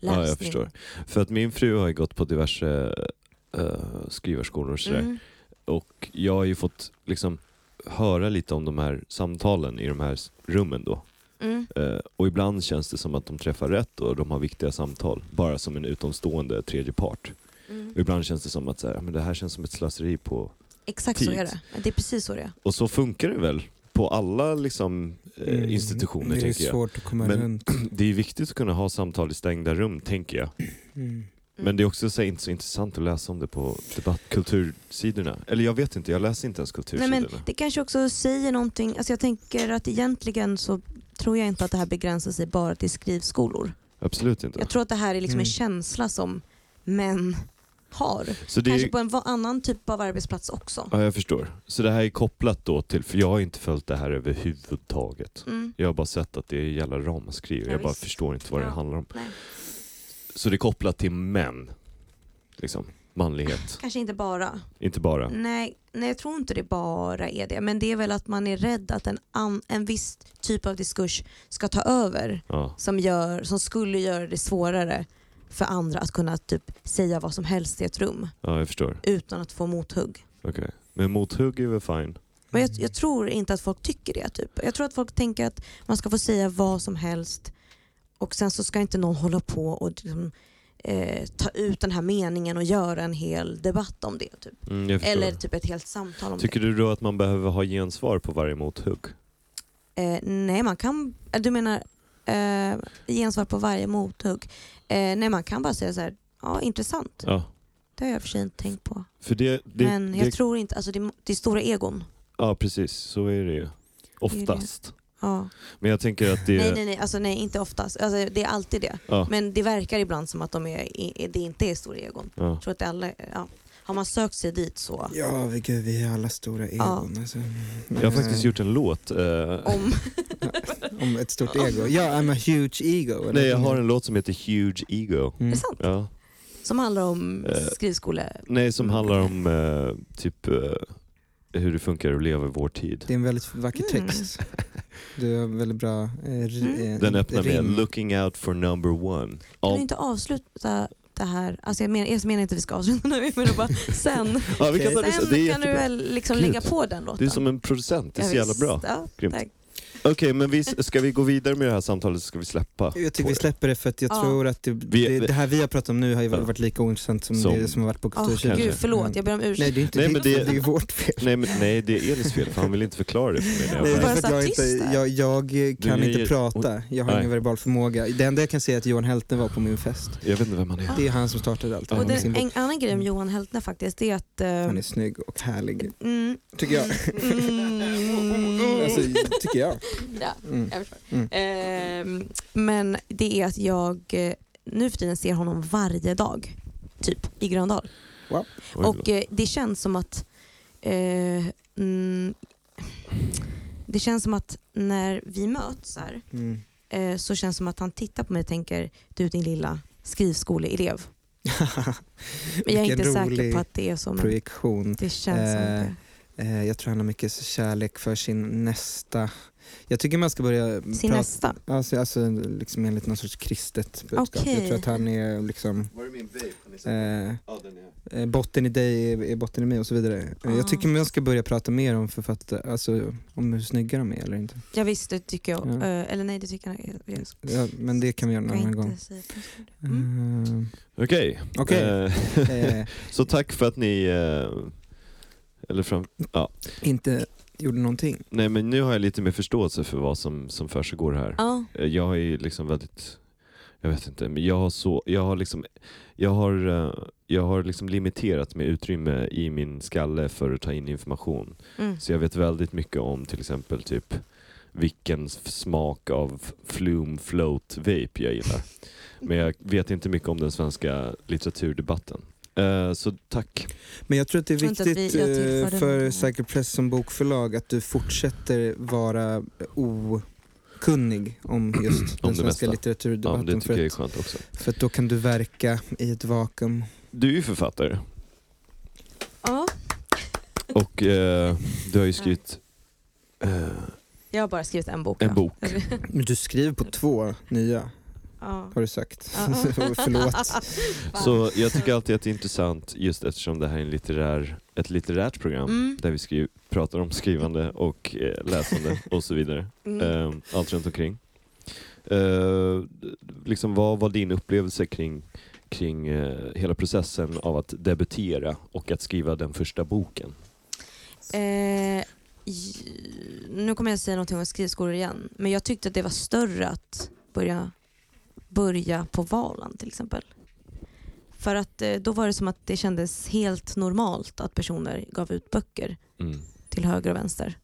Speaker 2: läsning. Mm,
Speaker 1: Ja, jag förstår. För att min fru har ju gått på diverse eh, skrivarskolor och sådär.
Speaker 2: Mm.
Speaker 1: Och jag har ju fått liksom höra lite om de här samtalen i de här s- rummen då.
Speaker 2: Mm.
Speaker 1: Eh, och ibland känns det som att de träffar rätt och de har viktiga samtal, bara som en utomstående tredje part.
Speaker 2: Mm.
Speaker 1: Och ibland känns det som att så här, "Ja, men det här känns som ett slöseri på...
Speaker 2: Exakt så
Speaker 1: Tid.
Speaker 2: är det. Det är precis så det är. Mm.
Speaker 1: Och så funkar det väl på alla liksom, eh,
Speaker 3: Mm.
Speaker 1: institutioner,
Speaker 3: Det är
Speaker 1: tänker jag.
Speaker 3: svårt att komma
Speaker 1: Men-
Speaker 3: runt.
Speaker 1: Det är viktigt att kunna ha samtal i stängda rum, tänker jag.
Speaker 3: Mm.
Speaker 1: Men det är också så här, inte så intressant att läsa om det på debattkultursidorna. Eller jag vet inte, jag läser inte ens
Speaker 2: Nej,
Speaker 1: kultursidorna.
Speaker 2: men det kanske också säger någonting. Alltså jag tänker att egentligen så tror jag inte att det här begränsar sig bara till skrivskolor.
Speaker 1: Absolut inte.
Speaker 2: Jag tror att det här är liksom en
Speaker 3: Mm.
Speaker 2: känsla som män har.
Speaker 1: Så det är,
Speaker 2: Kanske
Speaker 1: ju-
Speaker 2: på en va- annan typ av arbetsplats också.
Speaker 1: ja, jag förstår. Så det här är kopplat då till, för jag har inte följt det här överhuvudtaget.
Speaker 2: Mm.
Speaker 1: Jag har bara sett att det är jävla ramaskri och
Speaker 2: Ja,
Speaker 1: jag bara
Speaker 2: visst.
Speaker 1: förstår inte vad det
Speaker 2: Ja.
Speaker 1: handlar om.
Speaker 2: Nej.
Speaker 1: Så det är kopplat till män. Liksom, manlighet.
Speaker 2: Kanske inte bara.
Speaker 1: Inte bara.
Speaker 2: Nej, nej, jag tror inte det bara är det. Men det är väl att man är rädd att en, an, en viss typ av diskurs ska ta över
Speaker 1: Ja.
Speaker 2: som, gör, som skulle göra det svårare för andra att kunna typ säga vad som helst i ett rum
Speaker 1: ja, jag förstår.
Speaker 2: utan att få mothugg.
Speaker 1: Okej. Men mothugg är väl fine?
Speaker 2: Men
Speaker 1: Mm.
Speaker 2: jag, jag tror inte att folk tycker det. Typ. Jag tror att folk tänker att man ska få säga vad som helst och sen så ska inte någon hålla på och liksom, eh, ta ut den här meningen och göra en hel debatt om det. Typ.
Speaker 1: Mm, jag förstår.
Speaker 2: Eller typ ett helt samtal om
Speaker 1: Tycker du då att man behöver ha gensvar på varje mothugg?
Speaker 2: det. Eh, nej, man kan... eh, Du menar eh, gensvar på varje mothugg? Eh, nej, man kan bara säga så här, ja intressant.
Speaker 1: Ja.
Speaker 2: Det har jag i och för sig inte tänkt på.
Speaker 1: För det, det,
Speaker 2: Men jag
Speaker 1: det,
Speaker 2: tror inte, alltså det, är- det är stora egon.
Speaker 1: Ja, precis. Så är det ju. Oftast.
Speaker 2: Ja.
Speaker 1: Men jag tänker att det...
Speaker 2: Nej, nej, nej, alltså, nej, inte oftast. Alltså, det är alltid det.
Speaker 1: Ja,
Speaker 2: Men det verkar ibland som att de är, i- det inte är stora egon.
Speaker 1: ja.
Speaker 2: Jag tror att det alla, ja. Har man sökt sig dit så,
Speaker 3: Ja, vi, gud, vi är alla stora egon. Alltså.
Speaker 1: Jag har
Speaker 3: Mm.
Speaker 1: faktiskt gjort en låt.
Speaker 2: Oh,
Speaker 1: eh,
Speaker 2: om,
Speaker 3: Om ett stort ego. Ja, I'm a huge ego. eller?
Speaker 1: Nej, jag har en låt som heter Huge Ego.
Speaker 2: är
Speaker 3: Mm.
Speaker 2: det sant?
Speaker 1: Ja.
Speaker 2: Som handlar om
Speaker 1: Eh.
Speaker 2: skrivskole...
Speaker 1: Nej, som
Speaker 3: Mm.
Speaker 1: handlar om eh, typ eh, hur det funkar att leva i vår tid.
Speaker 3: Det är en väldigt vacker
Speaker 2: Mm.
Speaker 3: text. Du har väldigt bra eh, ri-
Speaker 2: Mm.
Speaker 3: eh,
Speaker 1: Den öppnar med
Speaker 3: rim.
Speaker 1: “Looking out for number one”.
Speaker 2: Kan du
Speaker 1: Ja,
Speaker 2: inte avsluta det här? Alltså jag menar, jag menar inte att vi ska avsluta nu, jag menar bara sen.
Speaker 1: ja vi kan ta det. så. Det
Speaker 2: Sen
Speaker 1: är
Speaker 2: kan du
Speaker 1: jättebra.
Speaker 2: väl liksom
Speaker 1: Gud.
Speaker 2: lägga på den låten.
Speaker 1: Du är som en producent, det är så
Speaker 2: Ja,
Speaker 1: jävla
Speaker 2: visst.
Speaker 1: bra.
Speaker 2: Ja,
Speaker 1: Grymt.
Speaker 2: tack.
Speaker 1: Okej, men vi, ska vi gå vidare med det här samtalet så ska vi släppa
Speaker 3: Jag
Speaker 1: på
Speaker 3: tycker vi
Speaker 1: det.
Speaker 3: släpper det för att jag
Speaker 2: Ja.
Speaker 3: tror att det, det, det här vi har pratat om nu har ju
Speaker 1: Ja.
Speaker 3: varit lika ointressant som,
Speaker 1: Som-
Speaker 3: det som har varit på
Speaker 2: Åh,
Speaker 3: Kulturkyrkan.
Speaker 1: kanske.
Speaker 2: Gud, förlåt. Jag ber om
Speaker 3: Nej,
Speaker 2: ursäkt.
Speaker 3: det är inte
Speaker 1: Nej, men
Speaker 3: ditt
Speaker 1: det-
Speaker 3: fel, det är vårt fel.
Speaker 1: Nej, men, nej, det är Elins fel för han vill inte förklara det för mig. när jag
Speaker 2: Nej,
Speaker 1: väl-
Speaker 2: bara
Speaker 3: för att
Speaker 2: så
Speaker 3: jag,
Speaker 2: tyst
Speaker 3: inte,
Speaker 2: där.
Speaker 3: jag, jag kan
Speaker 1: Du är-
Speaker 3: inte prata, jag har
Speaker 1: Nej.
Speaker 3: ingen verbal förmåga. Det enda jag kan säga är att Johan Heltner var på min fest.
Speaker 1: Jag vet inte vem han är.
Speaker 3: Det är han som startade allt.
Speaker 2: Ah. Och
Speaker 3: med sin
Speaker 2: den,
Speaker 3: bok.
Speaker 2: en annan grej om
Speaker 1: Mm.
Speaker 2: Johan Heltner faktiskt, det är att... eh,
Speaker 3: Han är snygg och härlig,
Speaker 2: mm,
Speaker 3: tycker jag.
Speaker 2: mm,
Speaker 3: Alltså, tycker jag.
Speaker 2: Ja,
Speaker 3: Mm.
Speaker 2: jag förstår.
Speaker 3: Mm.
Speaker 2: Ehm, men det är att jag eh, nu för tiden ser honom varje dag, typ i Gröndal.
Speaker 1: Oj,
Speaker 2: och eh, det känns som att eh, mm, det känns som att när vi möts här
Speaker 3: Mm.
Speaker 2: eh, så känns det som att han tittar på mig och tänker du din lilla skrivskoleelev. Men jag är
Speaker 3: Vilken
Speaker 2: inte säker
Speaker 3: rolig
Speaker 2: på att det är så men
Speaker 3: Projektion.
Speaker 2: det känns som
Speaker 3: Eh,
Speaker 2: det.
Speaker 3: Eh, jag tror han har mycket kärlek för sin nästa. Jag tycker man ska börja
Speaker 2: Sin
Speaker 3: prata,
Speaker 2: nästa.
Speaker 3: alltså, alltså liksom enligt någon sorts kristet budskap. Jag
Speaker 2: Okej.
Speaker 3: tror att han är liksom
Speaker 1: Var är min vape? Har ni sett den?
Speaker 3: eh,
Speaker 1: Ja, den är-
Speaker 3: eh, botten i dig är, är botten i mig och så vidare. Eh,
Speaker 2: Ah.
Speaker 3: Jag tycker man ska börja prata mer om författare, alltså om hur snygga de är eller inte.
Speaker 2: Ja visst det tycker jag.
Speaker 3: Ja.
Speaker 2: Eh, eller nej det tycker jag, jag, jag, ska
Speaker 3: Ja, men det kan vi göra en annan
Speaker 2: inte
Speaker 3: gång.
Speaker 2: säga. Mm.
Speaker 3: Eh,
Speaker 1: Okej.
Speaker 3: Okej.
Speaker 1: Eh,
Speaker 3: eh,
Speaker 1: så tack för att ni... Eh, eller fram,
Speaker 3: inte gjorde någonting.
Speaker 1: nej, men nu har jag lite mer förståelse för vad som, som försiggår här.
Speaker 2: Ja.
Speaker 1: Eh, Jag är liksom väldigt... Jag vet inte, men jag har så... Jag har liksom... Jag har, eh, jag har liksom limiterat med utrymme i min skalle för att ta in information.
Speaker 2: Mm.
Speaker 1: Så jag vet väldigt mycket om till exempel typ vilken f- smak av flume float vape jag gillar. Men jag vet inte mycket om den svenska litteraturdebatten. Eh, så tack.
Speaker 3: Men jag tror att det är
Speaker 2: tror inte att vi-
Speaker 3: viktigt
Speaker 2: jag
Speaker 3: eh,
Speaker 2: tillförde
Speaker 3: för
Speaker 2: någonting.
Speaker 3: Cycle Press som bokförlag att du fortsätter vara okunnig om just
Speaker 1: det
Speaker 3: den svenska
Speaker 1: mesta. Ja, men
Speaker 3: litteraturdebatten.
Speaker 1: det tycker
Speaker 3: för,
Speaker 1: jag är
Speaker 3: att,
Speaker 1: skönt också.
Speaker 3: för att då kan du verka i ett vakuum.
Speaker 1: Du är ju författare
Speaker 2: Ja,
Speaker 1: och eh, du har ju skrivit eh,
Speaker 2: jag har bara skrivit en bok.
Speaker 1: en
Speaker 2: ja.
Speaker 1: bok.
Speaker 3: Men du skriver på två nya,
Speaker 2: Ja.
Speaker 3: har du sagt.
Speaker 2: Ja.
Speaker 3: Förlåt.
Speaker 1: Så jag tycker alltid att det är intressant just eftersom det här är en litterär, ett litterärt program
Speaker 2: Mm.
Speaker 1: där vi skri- pratar om skrivande och eh, läsande och så vidare.
Speaker 2: Mm.
Speaker 1: eh, allt runt omkring. Eh, liksom, vad var din upplevelse kring, kring eh, hela processen av att debutera och att skriva den första boken?
Speaker 2: Eh, j- nu kommer jag säga någonting om skrivskolor igen, men jag tyckte att det var större att börja, börja på Valand till exempel. För att eh, då var det som att det kändes helt normalt att personer gav ut böcker
Speaker 1: Mm.
Speaker 2: till höger och vänster.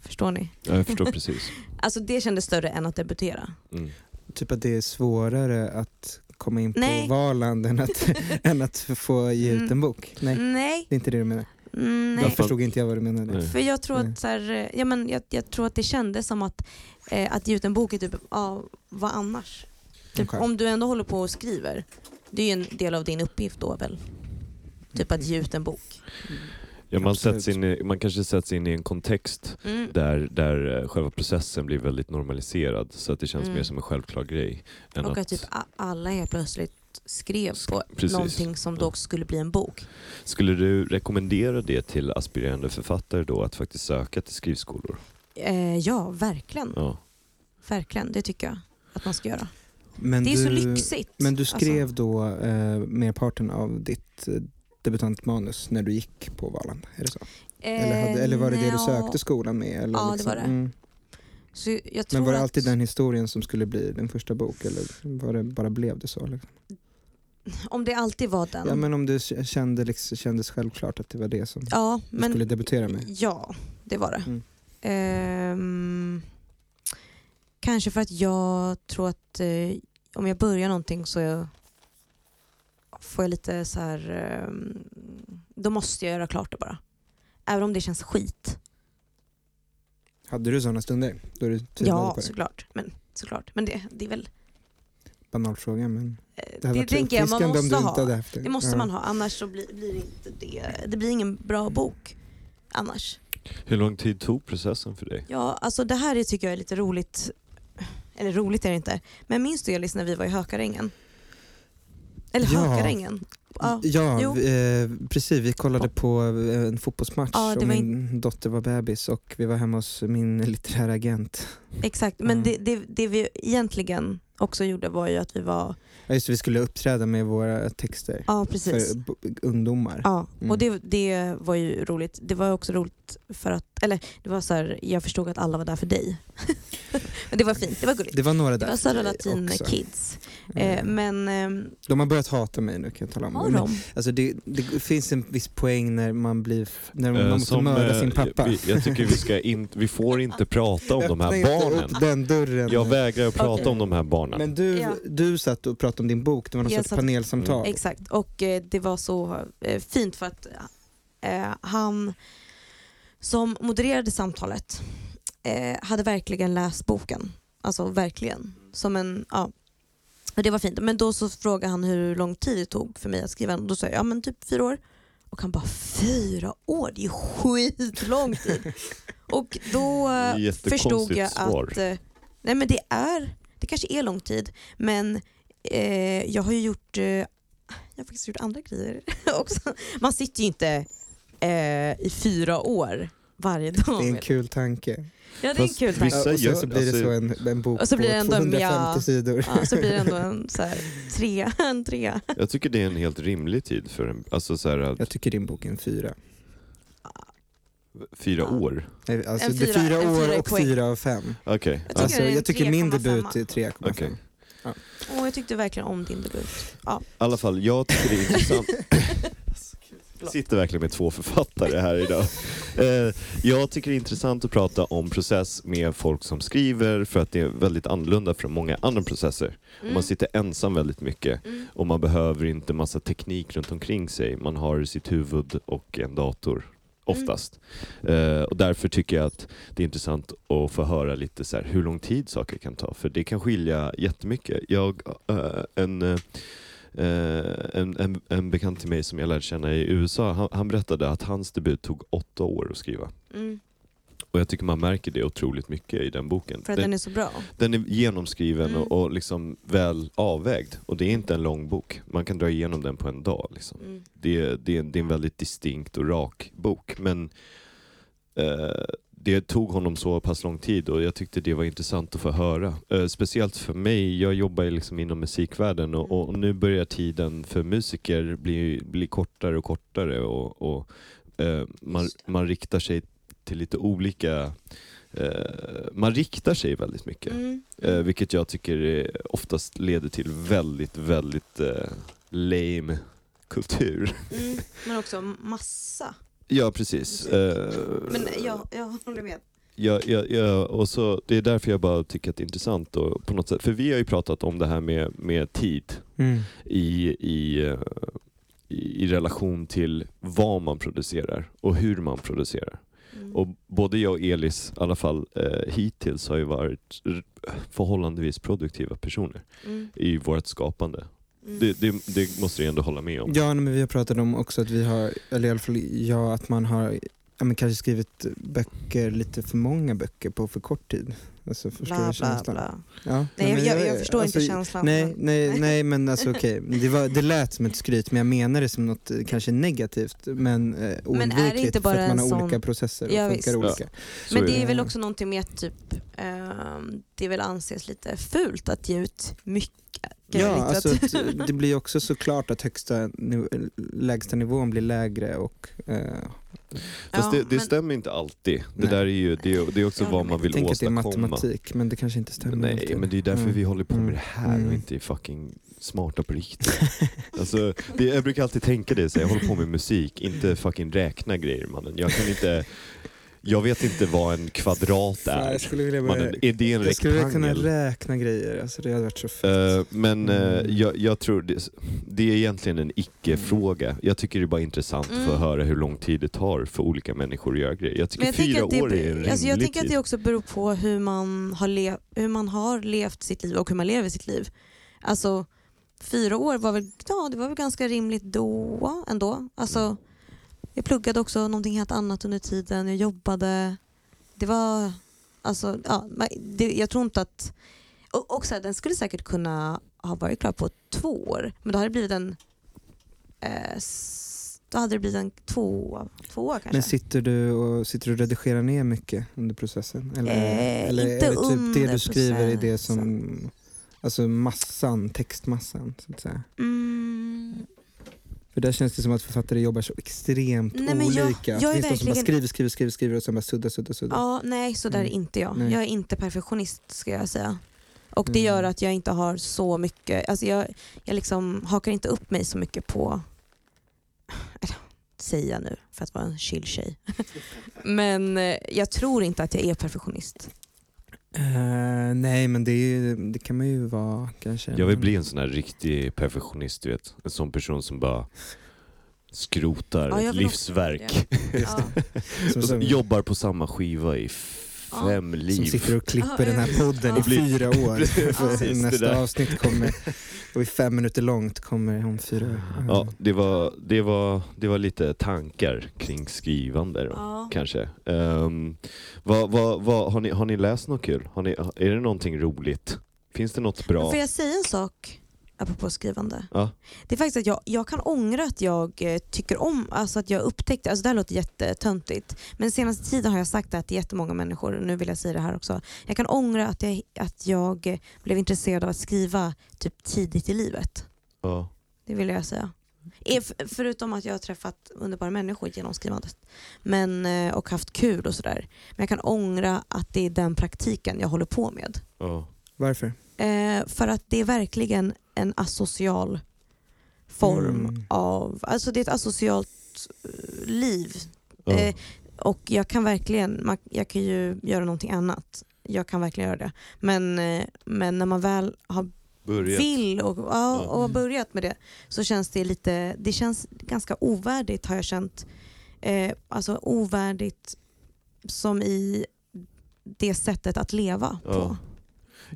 Speaker 2: Förstår ni?
Speaker 1: Ja, jag förstår precis.
Speaker 2: Alltså det kändes större än att debutera.
Speaker 1: Mm.
Speaker 3: Typ att det är svårare att komma in på
Speaker 2: Nej.
Speaker 3: Valand än att, än att få ge ut en bok. Nej,
Speaker 2: Nej.
Speaker 3: det är inte det du menar.
Speaker 2: Mm,
Speaker 3: Då
Speaker 2: Nej.
Speaker 1: Varför?
Speaker 3: förstod inte jag vad du menade.
Speaker 1: Nej.
Speaker 2: För jag tror,
Speaker 3: Nej.
Speaker 2: att, så här, eh, ja, men jag, jag tror att det kändes som att, eh, att ge ut en bok är typ, ja, vad annars? Typ,
Speaker 3: Okej.
Speaker 2: Om du ändå håller på och skriver, det är ju en del av din uppgift då väl? Typ att ge ut en bok.
Speaker 1: Ja, man,
Speaker 3: Absolut.
Speaker 1: sätts in i, man kanske sätts in i en kontext
Speaker 2: Mm.
Speaker 1: där, där eh, själva processen blir väldigt normaliserad så att det känns
Speaker 2: Mm.
Speaker 1: mer som en självklar grej. Än
Speaker 2: Och
Speaker 1: att,
Speaker 2: att typ a- alla helt plötsligt skrev på
Speaker 1: Precis.
Speaker 2: någonting som då skulle bli en bok.
Speaker 1: Skulle du rekommendera det till aspirerande författare då att faktiskt söka till skrivskolor?
Speaker 2: Eh, ja, verkligen.
Speaker 1: Ja.
Speaker 2: Verkligen, det tycker jag att man ska göra.
Speaker 3: Men
Speaker 2: det är så
Speaker 3: du-
Speaker 2: lyxigt.
Speaker 3: Men du skrev
Speaker 2: Alltså,
Speaker 3: då eh, merparten av ditt eh, debutantmanus när du gick på Valand? Är det så? Eller, hade, eller var det det du
Speaker 2: eh,
Speaker 3: sökte skolan med? Eller
Speaker 2: Ja, det var det.
Speaker 3: Mm.
Speaker 2: Så jag tror
Speaker 3: Men var det
Speaker 2: att-
Speaker 3: alltid den historien som skulle bli din första bok eller var det bara blev det så? Liksom?
Speaker 2: Om det alltid var den.
Speaker 3: Ja, men om det k- kände, liksom, kändes självklart att det var det som
Speaker 2: Ja,
Speaker 3: du
Speaker 2: men
Speaker 3: skulle debutera med?
Speaker 2: ja, det var det.
Speaker 3: Mm.
Speaker 2: Ehm, kanske för att jag tror att eh, om jag börjar någonting så jag, får jag lite så här... ehm, då måste jag göra klart det bara. Även om det känns skit.
Speaker 3: Hade du sådana stunder då du tvivlade
Speaker 2: Ja,
Speaker 3: på det?
Speaker 2: såklart. Men, såklart. men det, det är väl...
Speaker 3: Banalfråga men
Speaker 2: eh,
Speaker 3: det hade varit
Speaker 2: tänker jag man
Speaker 3: uppfriskande om
Speaker 2: måste
Speaker 3: du inte
Speaker 2: ha.
Speaker 3: hade haft det.
Speaker 2: Det måste
Speaker 3: Ja.
Speaker 2: man ha, annars så blir, blir det inte det. Det blir ingen bra bok annars.
Speaker 1: Hur lång tid tog processen för dig?
Speaker 2: Ja, alltså det här är- tycker jag är lite roligt. Eller roligt är det inte. Men minns du Elis när vi var i Hökarängen? Eller
Speaker 3: Ja.
Speaker 2: Hökarängen? Ja.
Speaker 3: Ja,
Speaker 2: Jo.
Speaker 3: vi, eh, precis. Vi kollade på eh, en fotbollsmatch
Speaker 2: Ja, det
Speaker 3: och
Speaker 2: var
Speaker 3: min dotter var bebis och vi var hemma hos min litterära agent.
Speaker 2: Exakt, men
Speaker 3: Mm.
Speaker 2: det, det, det vi egentligen också gjorde var ju att vi var,
Speaker 3: Ja, just det, vi skulle uppträda med våra texter
Speaker 2: ja
Speaker 3: för
Speaker 2: precis.
Speaker 3: b- ungdomar.
Speaker 2: Ja,
Speaker 3: Mm.
Speaker 2: och det, det var ju roligt. Det var också roligt för att, eller det var så här, jag förstod att alla var där för dig. men det var fint, det var gulligt.
Speaker 3: Det var några
Speaker 2: Det
Speaker 3: där
Speaker 2: var Södra
Speaker 3: för dig
Speaker 2: Latin
Speaker 3: också.
Speaker 2: Kids.
Speaker 3: Eh,
Speaker 2: Eh, men ehm,
Speaker 3: De har börjat hata mig nu kan jag tala om.
Speaker 2: har
Speaker 3: Men-
Speaker 2: de?
Speaker 3: Alltså det, det finns en viss poäng när man blir när man
Speaker 1: Eh,
Speaker 3: måste mörda
Speaker 1: eh,
Speaker 3: sin pappa.
Speaker 1: Vi, jag tycker vi, ska in, vi får inte prata om de
Speaker 3: Öppna
Speaker 1: här
Speaker 3: inte
Speaker 1: barnen.
Speaker 3: upp den dörren.
Speaker 1: Jag vägrar att prata
Speaker 2: Okej.
Speaker 1: om de här barnen.
Speaker 3: Men du,
Speaker 2: Ja.
Speaker 3: du satt och pratade om din bok, det var någon
Speaker 2: Jag
Speaker 3: sorts
Speaker 2: satt-
Speaker 3: panelsamtal.
Speaker 2: Exakt, och eh, det var så eh, fint för att eh, han som modererade samtalet eh, hade verkligen läst boken. Alltså verkligen. Som en, ja. Och det var fint. Men då så frågade han hur lång tid det tog för mig att skriva den. Och Då sa jag, ja men typ fyra år. Och han bara, fyra år? Det är ju skitlång tid. och då eh,
Speaker 1: Jättekonstigt
Speaker 2: förstod jag
Speaker 1: svar.
Speaker 2: att eh, nej men det är, det kanske är lång tid men eh, jag har ju gjort, eh, jag har faktiskt gjort andra grejer också. Man sitter ju inte eh, i fyra år varje dag.
Speaker 3: Det är en
Speaker 2: med-
Speaker 3: kul tanke.
Speaker 2: ja det är en
Speaker 1: Fast
Speaker 2: kul tanke.
Speaker 1: vissa-
Speaker 3: Ja, och sen
Speaker 1: gör-
Speaker 3: så blir det
Speaker 1: alltså-
Speaker 3: så en, en bok
Speaker 2: Och så blir det
Speaker 3: på
Speaker 2: ändå en-
Speaker 3: 250
Speaker 2: ja.
Speaker 3: sidor.
Speaker 2: Ja, så blir det ändå en så här, tre, en trea.
Speaker 1: Jag tycker det är en helt rimlig tid för en, alltså så här, att
Speaker 3: Jag tycker din bok är en fyra. Eh,
Speaker 1: fyra
Speaker 2: Ja.
Speaker 1: år.
Speaker 3: Nej, Alltså,
Speaker 2: En
Speaker 3: det är
Speaker 2: fyra-
Speaker 3: fyra
Speaker 2: en
Speaker 3: år
Speaker 2: fyra i
Speaker 3: och
Speaker 2: poäng.
Speaker 3: fyra av fem.
Speaker 1: Okej.
Speaker 2: Jag
Speaker 1: Ja.
Speaker 2: tycker
Speaker 3: Alltså,
Speaker 2: det är
Speaker 3: jag tycker min
Speaker 2: 3,5.
Speaker 3: debut är 3,5.
Speaker 1: Okej.
Speaker 2: Och jag tyckte verkligen om din debut. Ja.
Speaker 1: I alla fall, jag tycker det är intressant. Jag sitter verkligen med två författare här idag. Eh, jag tycker det är intressant att prata om process med folk som skriver för att det är väldigt annorlunda från många andra processer.
Speaker 2: Mm.
Speaker 1: Man sitter ensam väldigt mycket
Speaker 2: Mm.
Speaker 1: och man behöver inte massa teknik runt omkring sig. Man har sitt huvud och en
Speaker 2: Mm.
Speaker 1: dator oftast. Eh, och därför tycker jag att det är intressant att få höra lite så här hur lång tid saker kan ta, för det kan skilja jättemycket. Jag, eh, en, eh, en, en, en bekant till mig som jag lärde känna i USA, han, han berättade att hans debut tog åtta år att skriva.
Speaker 2: Mm.
Speaker 1: Och jag tycker man märker det otroligt mycket i den boken.
Speaker 2: För att
Speaker 1: Den,
Speaker 2: den är så bra.
Speaker 1: den är genomskriven
Speaker 2: Mm.
Speaker 1: och, och liksom väl avvägd. Och det är inte en lång bok. Man kan dra igenom den på en dag. Liksom
Speaker 2: Mm.
Speaker 1: det, det, det är en väldigt distinkt och rak bok. Men eh, det tog honom så pass lång tid och jag tyckte det var intressant att få höra. Eh, speciellt för mig, jag jobbar ju liksom inom musikvärlden och, och nu börjar tiden för musiker bli, bli kortare och kortare och, och eh, man, man riktar sig till lite olika eh, man riktar sig väldigt mycket.
Speaker 2: Mm.
Speaker 1: Eh, vilket jag tycker eh, oftast leder till väldigt, väldigt eh, lame kultur.
Speaker 2: Mm. Men också massa.
Speaker 1: Ja, precis. Eh,
Speaker 2: Men jag, jag håller med.
Speaker 1: Ja, ja, ja, och så, det är därför jag bara tycker att det är intressant. Och på något sätt, för vi har ju pratat om det här med, med tid
Speaker 3: Mm.
Speaker 1: i, i, eh, i, i relation till vad man producerar och hur man producerar.
Speaker 2: Mm.
Speaker 1: Och både jag och Elis, i alla fall eh, hittills, har ju varit r- förhållandevis produktiva personer
Speaker 2: Mm.
Speaker 1: i vårt skapande.
Speaker 2: Mm.
Speaker 1: Det, det, det måste du ändå hålla med om.
Speaker 3: Ja, nej, men vi har pratat om också att vi har, eller i alla fall jag, att man har ja, men kanske skrivit böcker, lite för många böcker på för kort tid. Alltså, förstår
Speaker 2: bla,
Speaker 3: du
Speaker 2: bla,
Speaker 3: känslan?
Speaker 2: bla.
Speaker 3: Ja.
Speaker 2: Nej,
Speaker 3: men
Speaker 2: jag, jag förstår
Speaker 3: alltså,
Speaker 2: inte känslan.
Speaker 3: Nej, nej, nej men alltså okej. Det, var- det lät som ett skryt men jag menar det som något eh, kanske negativt men eh, oundvikligt
Speaker 2: inte bara
Speaker 3: för att
Speaker 2: en
Speaker 3: man har
Speaker 2: sån-
Speaker 3: olika processer och
Speaker 2: Ja,
Speaker 3: funkar
Speaker 2: visst.
Speaker 3: olika.
Speaker 1: Så
Speaker 2: Men
Speaker 1: är
Speaker 2: det är
Speaker 3: det.
Speaker 2: väl också någonting med att typ, ehm, det väl anses lite fult att ge ut mycket
Speaker 3: Ja, alltså,
Speaker 2: litteratur.
Speaker 3: att det blir också såklart att högsta niv- lägsta nivån blir lägre och eh,
Speaker 1: Fast
Speaker 2: Ja,
Speaker 1: det, det
Speaker 2: men-
Speaker 1: stämmer inte alltid. Det
Speaker 3: Nej.
Speaker 1: där är ju det, är- det är också
Speaker 2: Jag
Speaker 1: vad man vill
Speaker 3: tänk att det är
Speaker 1: åstadkomma.
Speaker 3: matematik men det kanske inte stämmer
Speaker 1: Nej,
Speaker 3: alltid.
Speaker 1: men det är därför
Speaker 3: Mm.
Speaker 1: vi håller på med det här
Speaker 3: Mm.
Speaker 1: och inte är fucking smarta på riktigt. alltså, det, jag brukar alltid tänka det, så jag håller på med musik, inte fucking räkna grejer mannen. Jag kan inte, jag vet inte vad en kvadrat
Speaker 3: Fan, jag
Speaker 1: är.
Speaker 3: skulle vilja börja,
Speaker 1: Mannen, är det en
Speaker 3: jag skulle vilja kunna
Speaker 1: rektangel?
Speaker 3: räkna grejer, alltså, det hade varit så fett.
Speaker 1: Eh, men eh,
Speaker 3: Mm.
Speaker 1: jag, jag tror det, det är egentligen en icke-fråga. Jag tycker det är bara intressant
Speaker 2: Mm.
Speaker 1: för att höra hur lång tid det tar för olika människor att göra grejer. Jag tycker
Speaker 2: Men jag
Speaker 1: fyra
Speaker 2: tänker, att det,
Speaker 1: år är en rimlig
Speaker 2: alltså jag tänker att
Speaker 1: tid.
Speaker 2: det också beror på hur man, har le, hur man har levt sitt liv och hur man lever sitt liv. Alltså fyra år var väl, ja, det var väl ganska rimligt då ändå.
Speaker 1: Mm.
Speaker 2: Alltså, jag pluggade också någonting helt annat under tiden, jag jobbade. Det var, alltså, ja, men det, jag tror inte att... Och, och så här, den skulle säkert kunna ha varit klar på två år, men då hade det blivit en... Eh, s- då hade det blivit en två, två år kanske.
Speaker 3: Men sitter du och, sitter du och redigerar ner mycket under processen? Eller,
Speaker 2: Eh,
Speaker 3: eller
Speaker 2: inte
Speaker 3: är det typ det
Speaker 2: under
Speaker 3: du skriver i det som, alltså massan, textmassan så att säga?
Speaker 2: Mm,
Speaker 3: För där känns det som att författare jobbar så extremt
Speaker 2: Nej, men jag-
Speaker 3: olika.
Speaker 2: jag är
Speaker 3: det finns de som bara
Speaker 2: verkligen-
Speaker 3: skriver, skriver, skriver, skriver och sen bara suddar, suddar, suddar.
Speaker 2: ja, nej, så där är
Speaker 3: Mm.
Speaker 2: inte jag.
Speaker 3: Nej.
Speaker 2: Jag är inte perfektionist ska jag säga. Och det
Speaker 3: Mm.
Speaker 2: gör att jag inte har så mycket, alltså jag, jag liksom hakar inte upp mig så mycket på, eller säger jag nu för att vara en chill tjej. Men eh, jag tror inte att jag är perfektionist.
Speaker 3: Eh, nej men det, är ju, det kan man ju vara kanske.
Speaker 2: Mm.
Speaker 1: Jag vill bli en sån här riktig perfektionist, du vet. En sån person som bara skrotar
Speaker 2: Ja, jag
Speaker 1: ett
Speaker 2: vill också
Speaker 1: livsverk.
Speaker 2: Ja.
Speaker 3: Som,
Speaker 1: Och så
Speaker 3: som,
Speaker 1: jobbar på samma skiva i
Speaker 2: Ja.
Speaker 1: fem liv.
Speaker 3: som sitter och
Speaker 2: Ja,
Speaker 3: klipper den här
Speaker 2: ja.
Speaker 3: podden
Speaker 2: Ja.
Speaker 3: i fyra år.
Speaker 1: Precis, det
Speaker 3: Nästa
Speaker 1: där.
Speaker 3: avsnitt kommer, och är fem minuter långt, kommer om fyra år.
Speaker 1: Ja, det var, det, var, det var lite tankar kring skrivande då,
Speaker 2: Ja.
Speaker 1: kanske. Ehm, vad, vad, vad, har, ni, har ni läst något kul? Har ni, är det någonting roligt? Finns det något bra?
Speaker 2: Får jag säga en sak apropå skrivande?
Speaker 1: Ja.
Speaker 2: Det är faktiskt att jag, jag kan ångra att jag eh, tycker om, alltså att jag upptäckte, alltså det här låter jättetöntigt, men senaste tiden har jag sagt det här till jättemånga människor, och nu vill jag säga det här också. Jag kan ångra att jag, att jag eh, blev intresserad av att skriva typ tidigt i livet.
Speaker 1: Ja.
Speaker 2: Det vill jag säga. Eh, f- Förutom att jag har träffat underbara människor genom skrivandet men, eh, och haft kul och sådär. Men jag kan ångra att det är den praktiken jag håller på med.
Speaker 1: Ja.
Speaker 3: Varför?
Speaker 2: Eh, för att det är verkligen en asocial form
Speaker 3: Mm.
Speaker 2: av, alltså det är ett asocialt eh, liv.
Speaker 1: Ja.
Speaker 2: Eh, och jag kan verkligen, man, jag kan ju göra någonting annat. Jag kan verkligen göra det. Men, eh, men när man väl har
Speaker 1: Börjat.
Speaker 2: vill och, ja,
Speaker 1: Ja.
Speaker 2: och har börjat med det så känns det lite, det känns ganska ovärdigt har jag känt. Eh, alltså ovärdigt som i det sättet att leva på.
Speaker 1: Ja.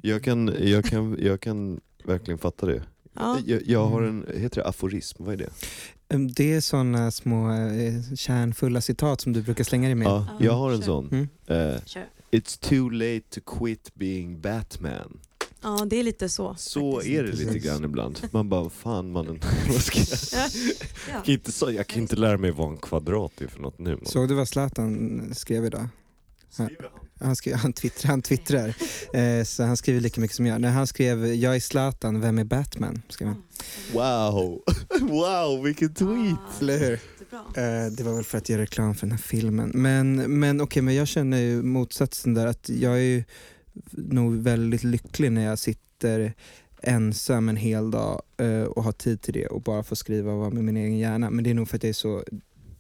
Speaker 1: Jag, kan, jag, kan, jag kan verkligen fatta det.
Speaker 2: Ja.
Speaker 1: Jag, jag har en, heter det aforism? Vad är det?
Speaker 3: Ehm, Det är sådana små eh, kärnfulla citat som du brukar slänga dig med.
Speaker 1: Ja,
Speaker 2: Ja,
Speaker 1: jag har en
Speaker 2: kör.
Speaker 1: sån.
Speaker 3: Mm.
Speaker 1: Eh,
Speaker 2: Kör.
Speaker 1: It's too late to quit being Batman.
Speaker 2: Ja, det är lite så.
Speaker 1: Så
Speaker 2: faktiskt.
Speaker 1: är det lite
Speaker 3: Precis.
Speaker 1: grann ibland. Man bara, fan mannen. vad ska jag-
Speaker 2: Ja,
Speaker 1: Jag kan inte, så- jag kan inte lära mig vad en kvadrat är för något nu. Man.
Speaker 3: Såg du vad Zlatan skrev idag? Han, skrev, han, twittrar, han twittrar, eh, så han skriver lika mycket som jag. När han skrev “Jag är Zlatan, vem är Batman?” skrev han.
Speaker 1: Wow! Wow, vilken tweet!
Speaker 3: Eller hur? Eh, det var väl för att göra reklam för den här filmen. Men, men okej, men jag känner ju motsatsen där. Att jag är ju nog väldigt lycklig när jag sitter ensam en hel dag eh, och ha tid till det och bara få skriva och vara med min egen hjärna. Men det är nog för att jag är så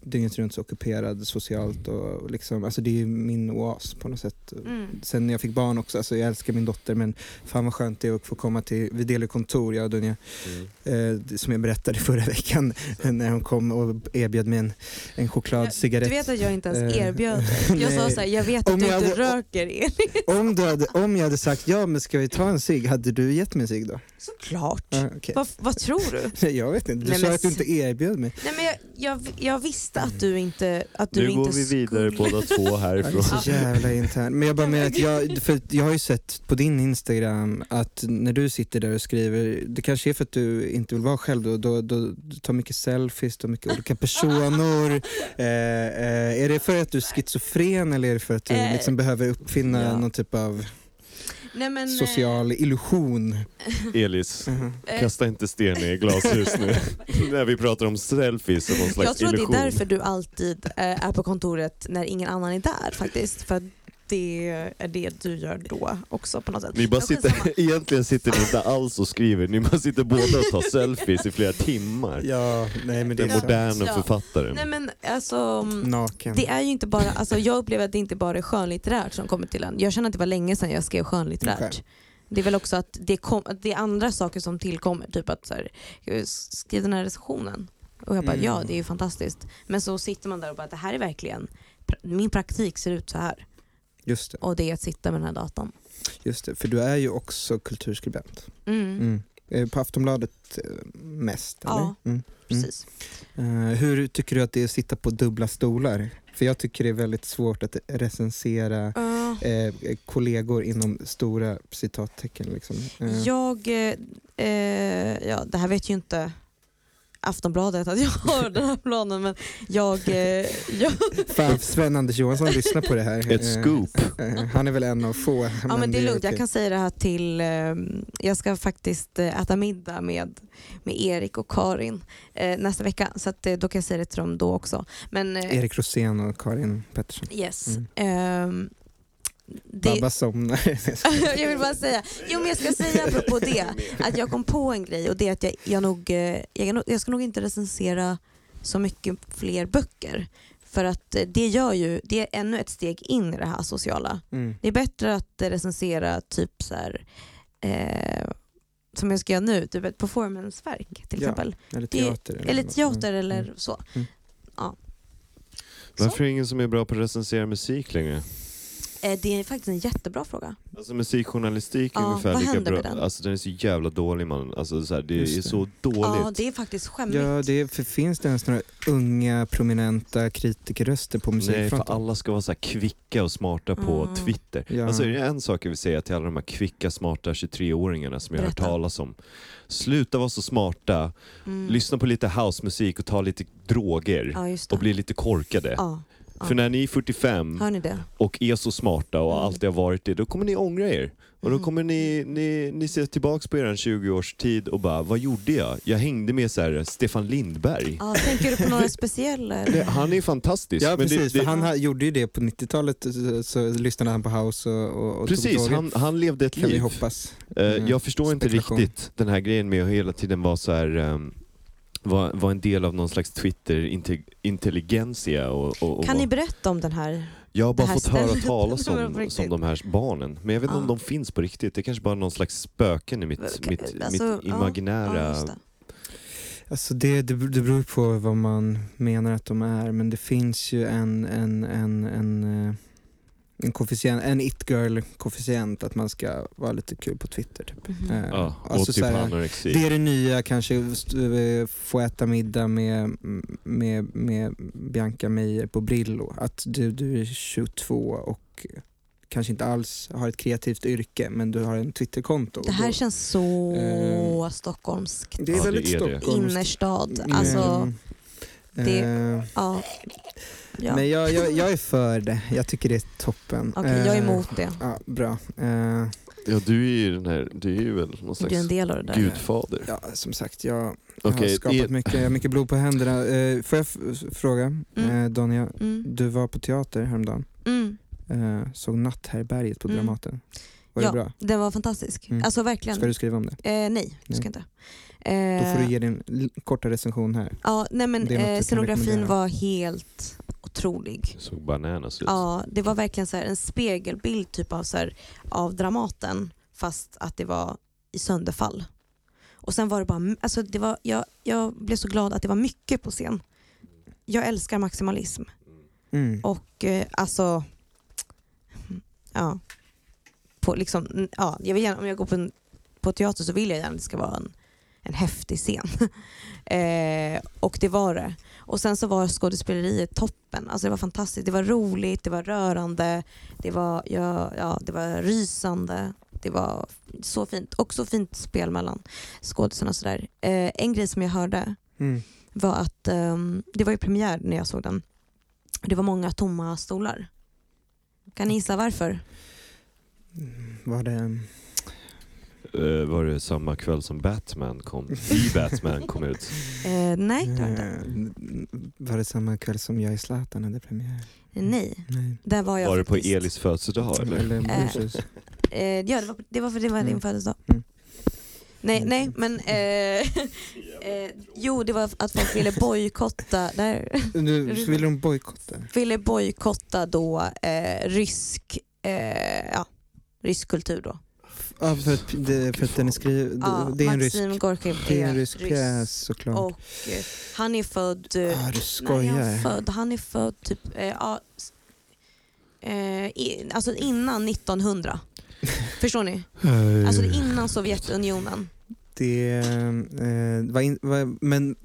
Speaker 3: dygnet runt så ockuperad socialt och och liksom, alltså det är ju min oas på något sätt.
Speaker 2: Mm.
Speaker 3: Sen när jag fick barn också, alltså jag älskar min dotter men fan vad skönt det är att få komma till, vi delar ju kontor jag och Dunja,
Speaker 1: Mm.
Speaker 3: eh, det- som jag berättade förra veckan när hon kom och erbjöd mig en, en
Speaker 2: Du
Speaker 3: chokladcigarett.
Speaker 2: vet att jag inte ens
Speaker 3: Eh,
Speaker 2: erbjöd dig. Jag sa
Speaker 3: nej.
Speaker 2: så här, jag vet
Speaker 3: Om
Speaker 2: att du
Speaker 3: jag
Speaker 2: inte
Speaker 3: var-
Speaker 2: röker Elin.
Speaker 3: Om, du hade, om jag hade sagt ja men ska vi ta en cigg, hade du gett mig en cigg då?
Speaker 2: Såklart.
Speaker 3: Ah, okej.
Speaker 2: Vad, vad tror du?
Speaker 3: Nej, Jag vet inte, du
Speaker 2: Nej,
Speaker 3: sa
Speaker 2: men
Speaker 3: att du inte erbjöd mig.
Speaker 2: Nej, men jag, jag, jag visste att du inte att du
Speaker 1: Nu
Speaker 2: inte
Speaker 1: går vi vidare
Speaker 2: skulle-
Speaker 1: båda två
Speaker 3: Ja, det är
Speaker 1: härifrån.
Speaker 3: så jävla internt. Men jag bara menar att jag, för att jag har ju sett på din Instagram att när du sitter där och skriver, det kanske är för att du inte vill vara själv då, då, då du tar mycket selfies, du har mycket olika personer. Eh, eh, är det för att du är schizofren eller är det för att du
Speaker 2: Eh,
Speaker 3: liksom behöver uppfinna
Speaker 2: ja.
Speaker 3: någon typ av
Speaker 2: Nej, men, eh,
Speaker 3: social illusion?
Speaker 1: Elis,
Speaker 3: Mhm.
Speaker 2: eh,
Speaker 1: kasta inte sten i glashus nu. När vi pratar om selfies och någon
Speaker 2: Jag
Speaker 1: slags
Speaker 2: tror att det
Speaker 1: illusion.
Speaker 2: är därför du alltid eh, är på kontoret när ingen annan är där faktiskt. För att det är det du gör då också på något sätt.
Speaker 1: Ni bara
Speaker 2: Men skitsamma.
Speaker 1: sitter, egentligen sitter ni inte alls och skriver, ni bara sitter båda och tar selfies i flera timmar.
Speaker 3: Ja, nej men det
Speaker 1: Den
Speaker 3: är sant.
Speaker 1: moderna
Speaker 2: Ja. Nej
Speaker 1: författaren.
Speaker 2: men alltså,
Speaker 3: Liksom Naken.
Speaker 2: det är ju inte bara, alltså, jag upplever att det inte bara är skönlitterärt som kommer till en. Jag känner att det var länge sedan jag skrev skönlitterärt.
Speaker 3: Okej.
Speaker 2: Det är väl också att det, kom, att det är andra saker som tillkommer, typ att så här, jag skrev den här recensionen och jag bara
Speaker 3: Mm.
Speaker 2: ja det är ju fantastiskt. Men så sitter man där och bara det här är verkligen, pra- min praktik ser ut så här
Speaker 3: Just, det,
Speaker 2: och det är att sitta med den här datan.
Speaker 3: just det, för du är ju också kulturskribent.
Speaker 2: Mm.
Speaker 3: Mm. Eh, På Aftonbladet eh, mest? Eller?
Speaker 2: Ja.
Speaker 3: Mm.
Speaker 2: Precis.
Speaker 3: Eh, hur tycker du att det är att sitta på dubbla stolar? För jag tycker det är väldigt svårt att recensera
Speaker 2: Eh,
Speaker 3: eh, kollegor inom stora citattecken. Liksom. Eh,
Speaker 2: Jag, eh, eh, ja det här vet ju inte Aftonbladet att jag har den här planen men jag, eh, jag
Speaker 3: Fan, Sven-Anders Johansson lyssnar på det här.
Speaker 1: Ett
Speaker 3: Eh,
Speaker 1: scoop.
Speaker 3: eh, han är väl en av få.
Speaker 2: Ja men det är lugnt, jag
Speaker 3: okej.
Speaker 2: kan säga det här till, eh, jag ska faktiskt eh, äta middag med, med Erik och Karin eh, nästa vecka så att, eh, då kan jag säga det till dem då också. Men eh,
Speaker 3: Erik Rosén och Karin Pettersson.
Speaker 2: yes.
Speaker 3: Mm.
Speaker 2: Ehm, det,
Speaker 3: Babba somnar.
Speaker 2: jag vill bara säga, jo men jag ska säga apropå det, att jag kom på en grej och det är att jag, jag, nog, eh, jag, kan nog- jag ska nog inte recensera så mycket fler böcker. För att eh, det gör ju, det är ännu ett steg in i det här sociala.
Speaker 3: Mm.
Speaker 2: Det är bättre att recensera typ så här, eh, som jag ska göra nu, typ ett performanceverk till
Speaker 3: Ja.
Speaker 2: exempel.
Speaker 3: Eller teater. eller
Speaker 2: Eller
Speaker 3: något.
Speaker 2: teater
Speaker 3: Mm.
Speaker 2: eller
Speaker 3: Mm.
Speaker 2: så.
Speaker 3: Mm.
Speaker 2: Ja.
Speaker 1: Varför är det ingen som är bra på att recensera musik längre?
Speaker 2: Så,
Speaker 3: mm.
Speaker 2: eh, det är faktiskt en jättebra fråga.
Speaker 1: Alltså musikjournalistik är
Speaker 2: Ja,
Speaker 1: ungefär
Speaker 2: vad
Speaker 1: lika
Speaker 2: händer
Speaker 1: bra.
Speaker 2: med den?
Speaker 1: Alltså den är så jävla dålig man. Alltså så här, det
Speaker 3: Just
Speaker 1: är
Speaker 3: det.
Speaker 1: så
Speaker 2: Ja,
Speaker 1: dåligt.
Speaker 2: det är faktiskt skämmigt.
Speaker 3: Ja, det är, för finns det ens några unga prominenta kritikerröster på
Speaker 1: Nej, för
Speaker 3: musikfronten?
Speaker 1: alla ska vara så här kvicka och smarta på
Speaker 2: Mm.
Speaker 1: Twitter.
Speaker 3: Ja.
Speaker 1: Alltså är det en sak jag vill säga till alla de här kvicka, smarta 23-åringarna som jag har hört
Speaker 2: Berätta.
Speaker 1: talas om. Sluta vara så smarta,
Speaker 2: Mm.
Speaker 1: lyssna på lite housemusik och ta lite droger.
Speaker 2: Ja, just det.
Speaker 1: och bli lite korkade.
Speaker 2: ja. ja.
Speaker 1: För när ni är 45
Speaker 2: Hör ni det?
Speaker 1: och är så smarta och
Speaker 2: Mm.
Speaker 1: alltid har varit det, då kommer ni ångra er. Och då
Speaker 2: Mm.
Speaker 1: kommer ni, ni, ni se tillbaks på er 20-årstid och bara, vad gjorde jag? Jag hängde med så här, Stefan Lindberg.
Speaker 2: Ja, tänker du på några speciella?
Speaker 1: Det,
Speaker 2: eller?
Speaker 1: han är fantastisk.
Speaker 3: Ja
Speaker 1: men det-
Speaker 3: precis,
Speaker 1: det,
Speaker 3: för han ha- gjorde ju det på 90-talet så- så lyssnade han på house och, och, och tog
Speaker 1: precis
Speaker 3: droger.
Speaker 1: han, han levde ett
Speaker 3: kan vi
Speaker 1: liv.
Speaker 3: hoppas.
Speaker 1: Eh,
Speaker 3: Mm.
Speaker 1: Jag förstår inte
Speaker 3: Spekulation.
Speaker 1: riktigt den här grejen med att hela tiden vara så här ehm, var, var en del av någon slags Twitter-intelligensia. Och, och, och
Speaker 2: Kan ni
Speaker 1: vara-
Speaker 2: berätta om den här?
Speaker 1: Jag har bara
Speaker 2: Det här
Speaker 1: fått höra
Speaker 2: stället.
Speaker 1: talas
Speaker 2: Det var på
Speaker 1: om,
Speaker 2: riktigt.
Speaker 1: som de här barnen, men jag vet inte om
Speaker 2: Ja.
Speaker 1: de finns på riktigt. Det är kanske bara någon slags spöken i mitt,
Speaker 2: Okej,
Speaker 1: mitt, mitt
Speaker 2: alltså, ja,
Speaker 1: imaginära...
Speaker 3: äh,
Speaker 2: Ja, just det.
Speaker 3: Alltså det, det det beror på vad man menar att de är men det finns ju en, en, en, en, eh, en koefficient, en it-girl-koefficient att man ska vara lite kul på Twitter typ.
Speaker 2: Mhm.
Speaker 3: Eh,
Speaker 1: ja, och
Speaker 3: alltså
Speaker 1: typ
Speaker 3: så här,
Speaker 1: anorexi.
Speaker 3: Det är det nya kanske, st- eh, få äta middag med, med, med Bianca Meijer på Brillo. Att du, du är 22 och kanske inte alls har ett kreativt yrke men du har en Twitterkonto.
Speaker 2: Det här
Speaker 3: Då-
Speaker 2: känns så
Speaker 3: Eh,
Speaker 2: stockholmskt.
Speaker 3: det är
Speaker 1: Ja, det
Speaker 3: väldigt
Speaker 1: är det.
Speaker 3: Stockholms-
Speaker 2: Innerstad.
Speaker 3: Mm,
Speaker 2: Alltså, det-
Speaker 3: eh,
Speaker 2: ja. ja.
Speaker 3: Men jag, jag, jag är för det. Jag tycker det är toppen.
Speaker 2: Okej, jag är
Speaker 3: Eh,
Speaker 2: emot det.
Speaker 3: Ja, bra. Eh,
Speaker 1: Ja, du är ju den här, du är ju väl någon
Speaker 2: Du är en
Speaker 1: slags
Speaker 2: del av det där.
Speaker 1: gudfader.
Speaker 3: ja, som sagt, jag, jag har
Speaker 1: Okej,
Speaker 3: skapat
Speaker 1: er-
Speaker 3: mycket, jag har mycket blod på händerna. Eh, får jag f- fråga,
Speaker 2: Mm.
Speaker 3: eh, Donja,
Speaker 2: Mm.
Speaker 3: du var på teater häromdagen.
Speaker 2: Mm.
Speaker 3: eh, såg Natthärbärget på
Speaker 2: Mm.
Speaker 3: Dramaten. Var
Speaker 2: ja,
Speaker 3: det bra?
Speaker 2: Den var fantastisk.
Speaker 3: Mm.
Speaker 2: Alltså verkligen.
Speaker 3: Ska du skriva om det?
Speaker 2: Eh, nej, du
Speaker 3: Nej.
Speaker 2: ska inte.
Speaker 3: Då får
Speaker 2: Eh,
Speaker 3: du ge din l- korta recension här.
Speaker 2: ja, nej men
Speaker 3: Det är något du
Speaker 2: eh,
Speaker 3: kan
Speaker 2: scenografin
Speaker 3: rekommendera.
Speaker 2: var helt otrolig.
Speaker 1: Det såg bananas ut.
Speaker 2: Ja, det var verkligen så här en spegelbild typ av, så här, av Dramaten fast att det var i sönderfall. Och sen var det bara, alltså det var, jag, jag blev så glad att det var mycket på scen. Jag älskar maximalism
Speaker 3: Mm.
Speaker 2: och eh, alltså, ja. På liksom, ja jag vill gärna, om jag går på, en, på teater så vill jag gärna att det ska vara en, en häftig scen. eh, och det var det. Och sen så var skådespeleriet toppen. Alltså det var fantastiskt. Det var roligt, det var rörande, det var, ja, ja, det var rysande. Det var så fint. Och så fint spel mellan skådisarna och sådär. Eh, en grej som jag hörde
Speaker 3: Mm.
Speaker 2: var att ehm, det var ju premiär när jag såg den. Det var många tomma stolar. Kan ni gissa varför?
Speaker 3: Var det...
Speaker 1: Eh, var det samma kväll som Batman kom? The Batman kom ut.
Speaker 2: Eh, nej, det var, inte.
Speaker 3: eh, var det samma kväll som jag i Zlatan hade premiär?
Speaker 2: nej,
Speaker 3: Nej.
Speaker 2: där var jag
Speaker 1: Var det på
Speaker 2: faktiskt.
Speaker 1: Elis födelsedag eller?
Speaker 3: Eller Bruces.
Speaker 2: Eh, ja, det var, det var för det var din
Speaker 3: Mm.
Speaker 2: födelsedag.
Speaker 3: Mm.
Speaker 2: Nej, nej, men... Eh, eh, jo, det var att folk ville bojkotta där,
Speaker 3: Nu vill de bojkotta.
Speaker 2: ville bojkotta då eh, rysk, eh, ja, rysk kultur då.
Speaker 3: Ja, för att, det, för att den är skriven...
Speaker 2: ja,
Speaker 3: det är en rysk,
Speaker 2: Maxim Gorkij
Speaker 3: det är en rysk pjäs såklart.
Speaker 2: Och eh, han är född... eh,
Speaker 3: ah, du
Speaker 2: När han är
Speaker 3: skojar.
Speaker 2: född, han är född typ, eh, ja, s- eh, i, alltså innan 1900. Förstår ni? Alltså
Speaker 1: Eh,
Speaker 2: det är innan Sovjetunionen.
Speaker 3: Det, eh, var in, var, men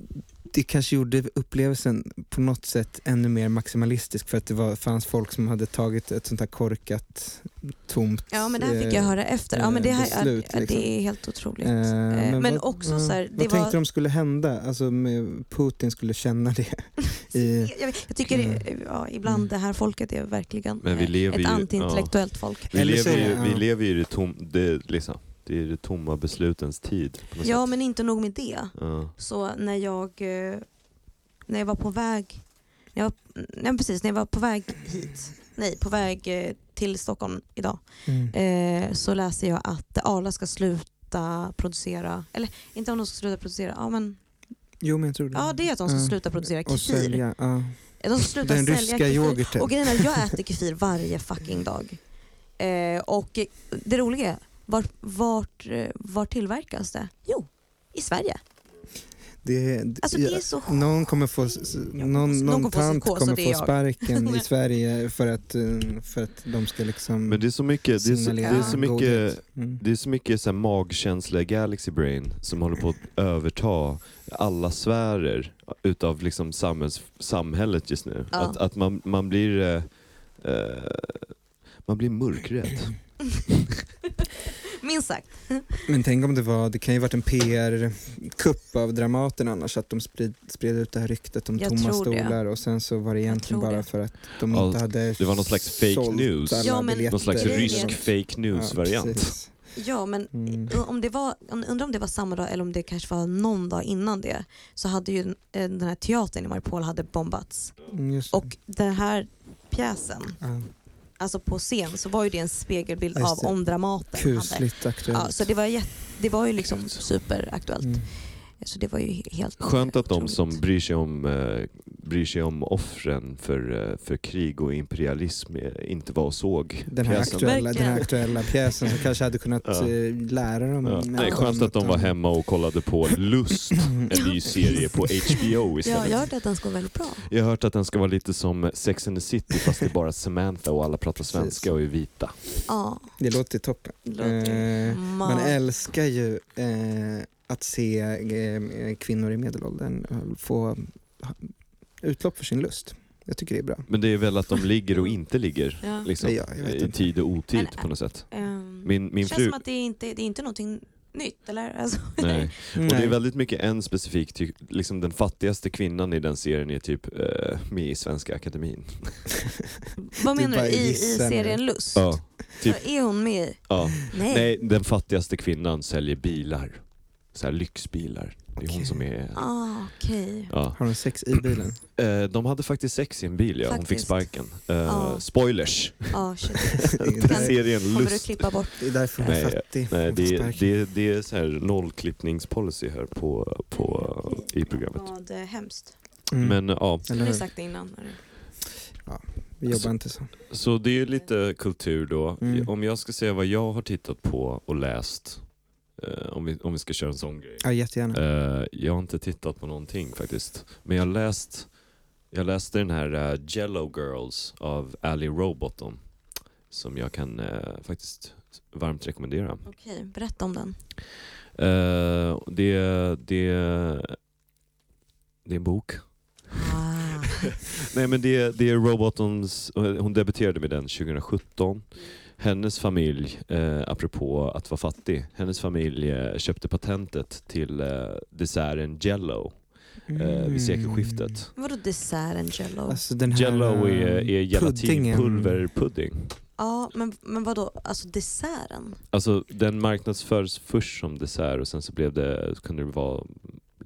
Speaker 3: det kanske gjorde upplevelsen på något sätt ännu mer maximalistisk för att det var, fanns folk som hade tagit ett sånt här korkat, tomt
Speaker 2: Ja men det här
Speaker 3: eh,
Speaker 2: fick jag höra efter. Ja, men det, här,
Speaker 3: beslut,
Speaker 2: ja,
Speaker 3: liksom.
Speaker 2: det är helt otroligt.
Speaker 3: eh,
Speaker 2: Eh, men
Speaker 3: vad-
Speaker 2: också
Speaker 3: ja,
Speaker 2: så här, det
Speaker 3: vad
Speaker 2: var...
Speaker 3: tänkte de skulle hända? Alltså med Putin skulle känna det. i-
Speaker 2: Jag, vet- jag tycker det, ja, ibland
Speaker 3: Mm.
Speaker 2: det här folket är verkligen
Speaker 1: Men vi
Speaker 2: eh,
Speaker 1: lever ju-
Speaker 2: ett antiintellektuellt folk.
Speaker 1: Vi
Speaker 3: Eller
Speaker 1: lever,
Speaker 3: så är
Speaker 1: ju,
Speaker 3: det-
Speaker 1: vi
Speaker 3: ja.
Speaker 1: lever ju i det, tom, det, liksom, det, är det tomma beslutens tid. På något
Speaker 2: Ja
Speaker 1: sätt.
Speaker 2: men inte nog med det.
Speaker 1: Ja.
Speaker 2: Så när jag, eh, när jag var på väg, när jag, nej, precis, när jag var på väg hit, nej på väg eh, till Stockholm idag,
Speaker 3: Mm.
Speaker 2: eh, så läser jag att Arla ska sluta producera, eller inte om de ska sluta producera, ja men
Speaker 3: Jo men jag tror det.
Speaker 2: ja det är att de ska
Speaker 3: Ja.
Speaker 2: sluta producera
Speaker 3: Mm. Och
Speaker 2: kefir.
Speaker 3: sälja, ja.
Speaker 2: De ska sluta
Speaker 3: Den
Speaker 2: sälja
Speaker 3: ryska
Speaker 2: kefir.
Speaker 3: yoghurten.
Speaker 2: Och grejen är, jag äter kefir varje fucking dag. Eh, och eh, det roliga är, vart, vart, eh, var tillverkas det? Jo, i Sverige.
Speaker 3: Det,
Speaker 2: Alltså det är så
Speaker 3: Någon kommer få, s- s-
Speaker 2: Ja,
Speaker 3: någon,
Speaker 2: någon
Speaker 3: någon
Speaker 2: kommer få
Speaker 3: tant
Speaker 2: psykos,
Speaker 3: kommer
Speaker 2: och det är
Speaker 3: få
Speaker 2: jag.
Speaker 3: sparken i
Speaker 2: Men-
Speaker 3: Sverige för att, eh, för att de ska liksom
Speaker 1: Men det är så mycket, det är så, det är så
Speaker 3: signalera
Speaker 1: mycket,
Speaker 3: godhet. Mm.
Speaker 1: det är så mycket så här magkänsliga galaxy brain som håller på att överta alla sfärer utav liksom samhälls, samhället just nu.
Speaker 2: Ja.
Speaker 1: Att, att man, man blir eh, eh, man blir mörkrädd.
Speaker 3: Mm.
Speaker 2: Minst sagt.
Speaker 3: Men tänk om det var, det kan ju varit en PR-kupp av Dramaten annars att de spred, spred ut det här ryktet om
Speaker 2: Jag
Speaker 3: tomma
Speaker 2: tror det.
Speaker 3: stolar och sen så var det egentligen
Speaker 2: tror
Speaker 3: bara
Speaker 2: det.
Speaker 3: för att de
Speaker 1: Ja,
Speaker 3: inte hade
Speaker 1: det var någon slags fake
Speaker 3: sålt
Speaker 1: news.
Speaker 3: alla
Speaker 2: Ja, men
Speaker 3: biljetter.
Speaker 1: Någon slags
Speaker 2: Grejen-
Speaker 1: rysk fake
Speaker 3: Ja,
Speaker 1: news-variant.
Speaker 3: precis.
Speaker 2: Ja, men
Speaker 3: Mm.
Speaker 2: eh, om det var, jag undrar om det var samma dag eller om det kanske var någon dag innan det så hade ju eh, den här teatern i Maripol hade bombats.
Speaker 3: Mm, just det.
Speaker 2: Och den här pjäsen,
Speaker 3: ja,
Speaker 2: alltså på scen, så var ju det en spegelbild
Speaker 3: Ja, just
Speaker 2: av
Speaker 3: det.
Speaker 2: om Dramaten hade.
Speaker 3: kusligt aktuellt.
Speaker 2: Ja, så det var, jätt, det var ju liksom superaktuellt.
Speaker 3: Mm.
Speaker 2: Så det var ju he- helt
Speaker 1: Skönt att de
Speaker 2: otroligt.
Speaker 1: som bryr sig om, eh, bryr sig om offren för, eh, för krig och imperialism eh, inte var och såg Alltså,
Speaker 3: Den här,
Speaker 1: pjäsen.
Speaker 3: aktuella, den här
Speaker 2: Verkligen.
Speaker 3: aktuella pjäsen som kanske hade kunnat
Speaker 1: Ja.
Speaker 3: eh, lära dem.
Speaker 1: Ja. Nej,
Speaker 3: något
Speaker 1: skönt att de
Speaker 3: om-
Speaker 1: var hemma och kollade på Lust, en ny serie på HBO
Speaker 2: Ja,
Speaker 1: istället.
Speaker 2: jag hörde att den ska vara väldigt bra.
Speaker 1: Jag har hört att den ska vara lite som Sex and the City fast det är bara Samantha och alla pratar svenska och är vita.
Speaker 2: Ja,
Speaker 3: Det låter toppen.
Speaker 2: det låter
Speaker 3: Eh, man
Speaker 2: ma-
Speaker 3: älskar ju eh, att se eh, kvinnor i medelåldern eh, få ha- utlopp för sin lust. Jag tycker det är bra.
Speaker 1: Men det är väl att de ligger och inte ligger
Speaker 2: ja.
Speaker 1: liksom,
Speaker 3: Ja, jag vet
Speaker 1: i
Speaker 3: inte.
Speaker 1: tid och otid
Speaker 2: Men,
Speaker 1: på något sätt.
Speaker 2: Ehm,
Speaker 1: Min, min
Speaker 2: känns
Speaker 1: fru...
Speaker 2: som att det är inte det är inte någonting nytt, eller? Alltså,
Speaker 1: Nej. Och det
Speaker 3: Nej.
Speaker 1: är väldigt mycket en specifik, ty- liksom den fattigaste kvinnan i den serien är typ eh, med i Svenska Akademin.
Speaker 2: vad
Speaker 3: Du
Speaker 2: menar du?
Speaker 3: bara
Speaker 2: I, I
Speaker 3: gissar nu.
Speaker 2: serien Lust?
Speaker 1: Ja, typ.
Speaker 2: Vad Är hon med i?
Speaker 1: ja.
Speaker 2: Nej.
Speaker 1: Nej, den fattigaste kvinnan säljer bilar. Så här lyxbilar. Det är hon som är...
Speaker 2: Ah, Okej.
Speaker 1: Ja.
Speaker 3: Har de sex i bilen?
Speaker 1: Eh, de hade faktiskt sex i en bil, ja. Hon fick
Speaker 2: Faktiskt.
Speaker 1: sparken. Eh,
Speaker 2: Ja.
Speaker 1: Spoilers!
Speaker 2: Ja, Ah, shit.
Speaker 3: Det är, där,
Speaker 1: Serien
Speaker 2: Kommer du
Speaker 1: Lust.
Speaker 2: klippa bort?
Speaker 3: det är därför hon är
Speaker 1: Nej,
Speaker 3: fattig.
Speaker 1: Nej,
Speaker 3: Hon får
Speaker 1: det,
Speaker 3: sparken.
Speaker 1: det, det är så här nollklippningspolicy här på, på, i programmet.
Speaker 2: Ja, det är hemskt.
Speaker 3: Mm.
Speaker 1: Men ja,
Speaker 2: Skulle
Speaker 3: Eller
Speaker 2: du
Speaker 3: hur?
Speaker 2: sagt det innan? eller?
Speaker 3: Vi
Speaker 1: alltså-
Speaker 3: jobbar inte så.
Speaker 1: så det är ju lite kultur då.
Speaker 3: Mm.
Speaker 1: Om jag ska säga vad jag har tittat på och läst, eh, om, vi, om vi ska köra en sån grej.
Speaker 3: Ja, jättegärna.
Speaker 1: Eh, jag har inte tittat på någonting faktiskt. Men jag har läst jag läste den här eh, Jello Girls av Ali Robotham som jag kan eh, faktiskt varmt rekommendera.
Speaker 2: Okej, berätta om den.
Speaker 1: Eh, det, det, det är en bok.
Speaker 2: Ah.
Speaker 1: Nej men det, det är Robothams, hon debuterade med den 2017. Hennes familj, eh, apropå att vara fattig, hennes familj eh, köpte patentet till eh, desserten Jello eh, vid sekelskiftet.
Speaker 2: Vadå desserten jello?
Speaker 3: Alltså Mm. den här,
Speaker 1: Jello är,
Speaker 3: eh,
Speaker 1: är
Speaker 3: puddingen.
Speaker 1: gelatinpulverpudding.
Speaker 2: Ja, men, men vadå? Alltså desserten?
Speaker 1: Alltså den marknadsförs först som dessert och sen så blev det, kunde det vara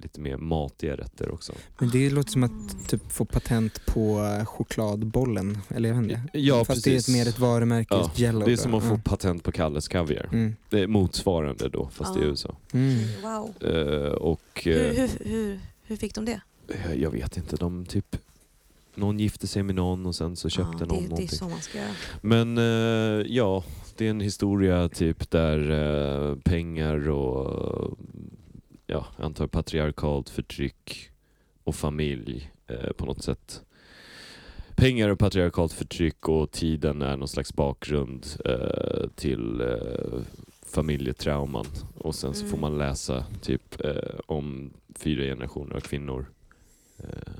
Speaker 1: lite mer matiga rätter också.
Speaker 3: Men det låter som att typ, få patent på eh, chokladbollen. Eller jag vet inte.
Speaker 1: Ja,
Speaker 3: Fast det är ett,
Speaker 1: precis.
Speaker 3: mer ett varumärke,
Speaker 1: Ja,
Speaker 3: just Jello.
Speaker 1: Det är som
Speaker 3: då.
Speaker 1: att få patent på Kalles kaviar.
Speaker 3: Ja. Mm.
Speaker 1: Det är motsvarande då, fast i
Speaker 2: Ja.
Speaker 1: USA.
Speaker 3: Mm.
Speaker 2: Wow.
Speaker 1: Eh, och
Speaker 2: Hur,
Speaker 1: eh,
Speaker 2: hur, hur, hur fick de det?
Speaker 1: eh, jag vet inte, de typ någon gifte sig med någon och sen så köpte
Speaker 2: ja,
Speaker 1: någon
Speaker 2: det, det är
Speaker 1: någonting.
Speaker 2: så man ska göra.
Speaker 1: Men eh, ja, det är en historia typ där eh, pengar och ja, jag antar patriarkalt förtryck och familj eh, på något sätt. Pengar och patriarkalt förtryck och tiden är någon slags bakgrund eh, till eh, familjetrauman. Och sen så
Speaker 2: Mm.
Speaker 1: får man läsa typ eh, om fyra generationer av kvinnor eh,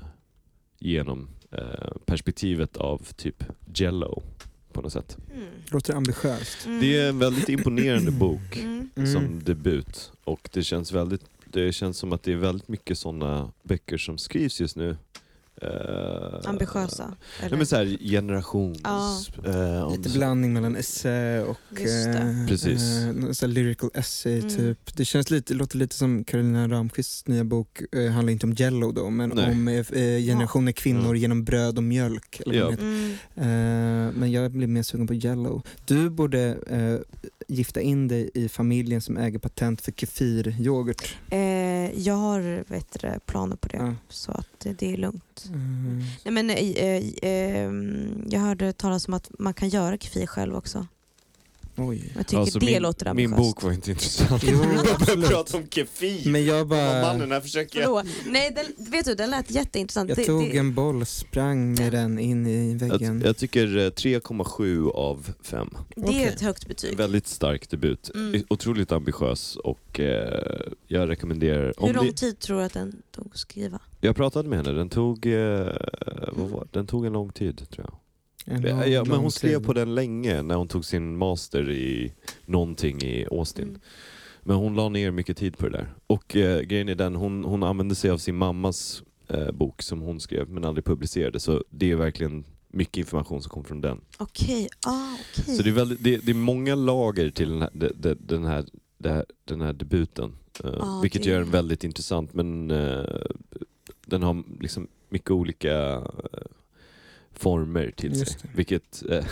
Speaker 1: genom eh, perspektivet av typ Jello på något sätt.
Speaker 2: Mm.
Speaker 3: Låter ambitiöst.
Speaker 2: Mm.
Speaker 1: Det är en väldigt imponerande bok
Speaker 2: Mm.
Speaker 3: Mm.
Speaker 1: som debut och det känns väldigt det känns som att det är väldigt mycket sådana böcker som skrivs just nu. Eh,
Speaker 2: Ambitiösa.
Speaker 1: Nej men såhär generations...
Speaker 2: Ja.
Speaker 1: eh, om-
Speaker 3: Lite blandning mellan essä och
Speaker 2: Just det.
Speaker 3: eh,
Speaker 1: Precis.
Speaker 3: eh, någon sån här lyrical essay
Speaker 2: Mm.
Speaker 3: typ. Det känns lite, låter lite som Carolina Ramqvists nya bok, eh, handlar inte om Jello då, men
Speaker 1: Nej.
Speaker 3: om eh, eh, generationer kvinnor
Speaker 1: Mm.
Speaker 3: genom bröd och mjölk. Eller vad
Speaker 1: Ja.
Speaker 3: den heter.
Speaker 2: Mm.
Speaker 3: Eh, men jag blir mer sugen på Jello. Du borde eh, gifta in dig i familjen som äger patent för kefiryoghurt.
Speaker 2: Eh, jag har vet du, det, planer på det,
Speaker 3: Ja.
Speaker 2: så att eh, det är lugnt.
Speaker 3: Mm.
Speaker 2: Nej, men, eh, eh, eh, jag hörde talas om att man kan göra kefir själv också.
Speaker 3: Oj.
Speaker 2: Jag tycker
Speaker 1: Alltså,
Speaker 2: det
Speaker 1: min-
Speaker 2: låter
Speaker 1: Min
Speaker 2: ambitiöst.
Speaker 1: bok var inte intressant.
Speaker 3: Jo,
Speaker 1: Jag började
Speaker 3: absolut.
Speaker 1: prata om kefir.
Speaker 3: Men jag
Speaker 1: Vad
Speaker 3: bara...
Speaker 1: mannen här försöker...
Speaker 2: Förlåt. Nej, den, vet du, den lät jätteintressant.
Speaker 3: Jag
Speaker 2: Det-
Speaker 3: tog
Speaker 2: det-
Speaker 3: en boll, sprang med den in i väggen.
Speaker 1: Jag, jag tycker eh, 3,7 av 5.
Speaker 2: Det är
Speaker 3: Okej.
Speaker 2: ett högt betyg.
Speaker 1: Väldigt stark debut.
Speaker 2: Mm.
Speaker 1: Otroligt ambitiös och eh, jag rekommenderar...
Speaker 2: Hur
Speaker 1: om
Speaker 2: lång
Speaker 1: det-
Speaker 2: tid tror du att den tog att skriva?
Speaker 1: Jag pratade med henne, den tog, eh, vad var, det? den tog en lång tid tror jag.
Speaker 3: En
Speaker 1: Ja,
Speaker 3: lång,
Speaker 1: ja, men
Speaker 3: lång
Speaker 1: hon skrev
Speaker 3: tid.
Speaker 1: på den länge när hon tog sin master i någonting i Austin.
Speaker 2: Mm.
Speaker 1: Men hon la ner mycket tid på det där. Och eh, grejen är den, hon, hon använde sig av sin mammas eh, bok som hon skrev men aldrig publicerade. Så det är verkligen mycket information som kom från den.
Speaker 2: Okej, ah, okej.
Speaker 1: Så det är, väldigt, det, det är många lager till den här, de- de- den här, det här, den här debuten. eh,
Speaker 2: Ja,
Speaker 1: vilket
Speaker 2: det-
Speaker 1: gör den väldigt intressant men eh, den har liksom mycket olika eh, former till sig.
Speaker 3: Just det.
Speaker 1: Vilket, eh,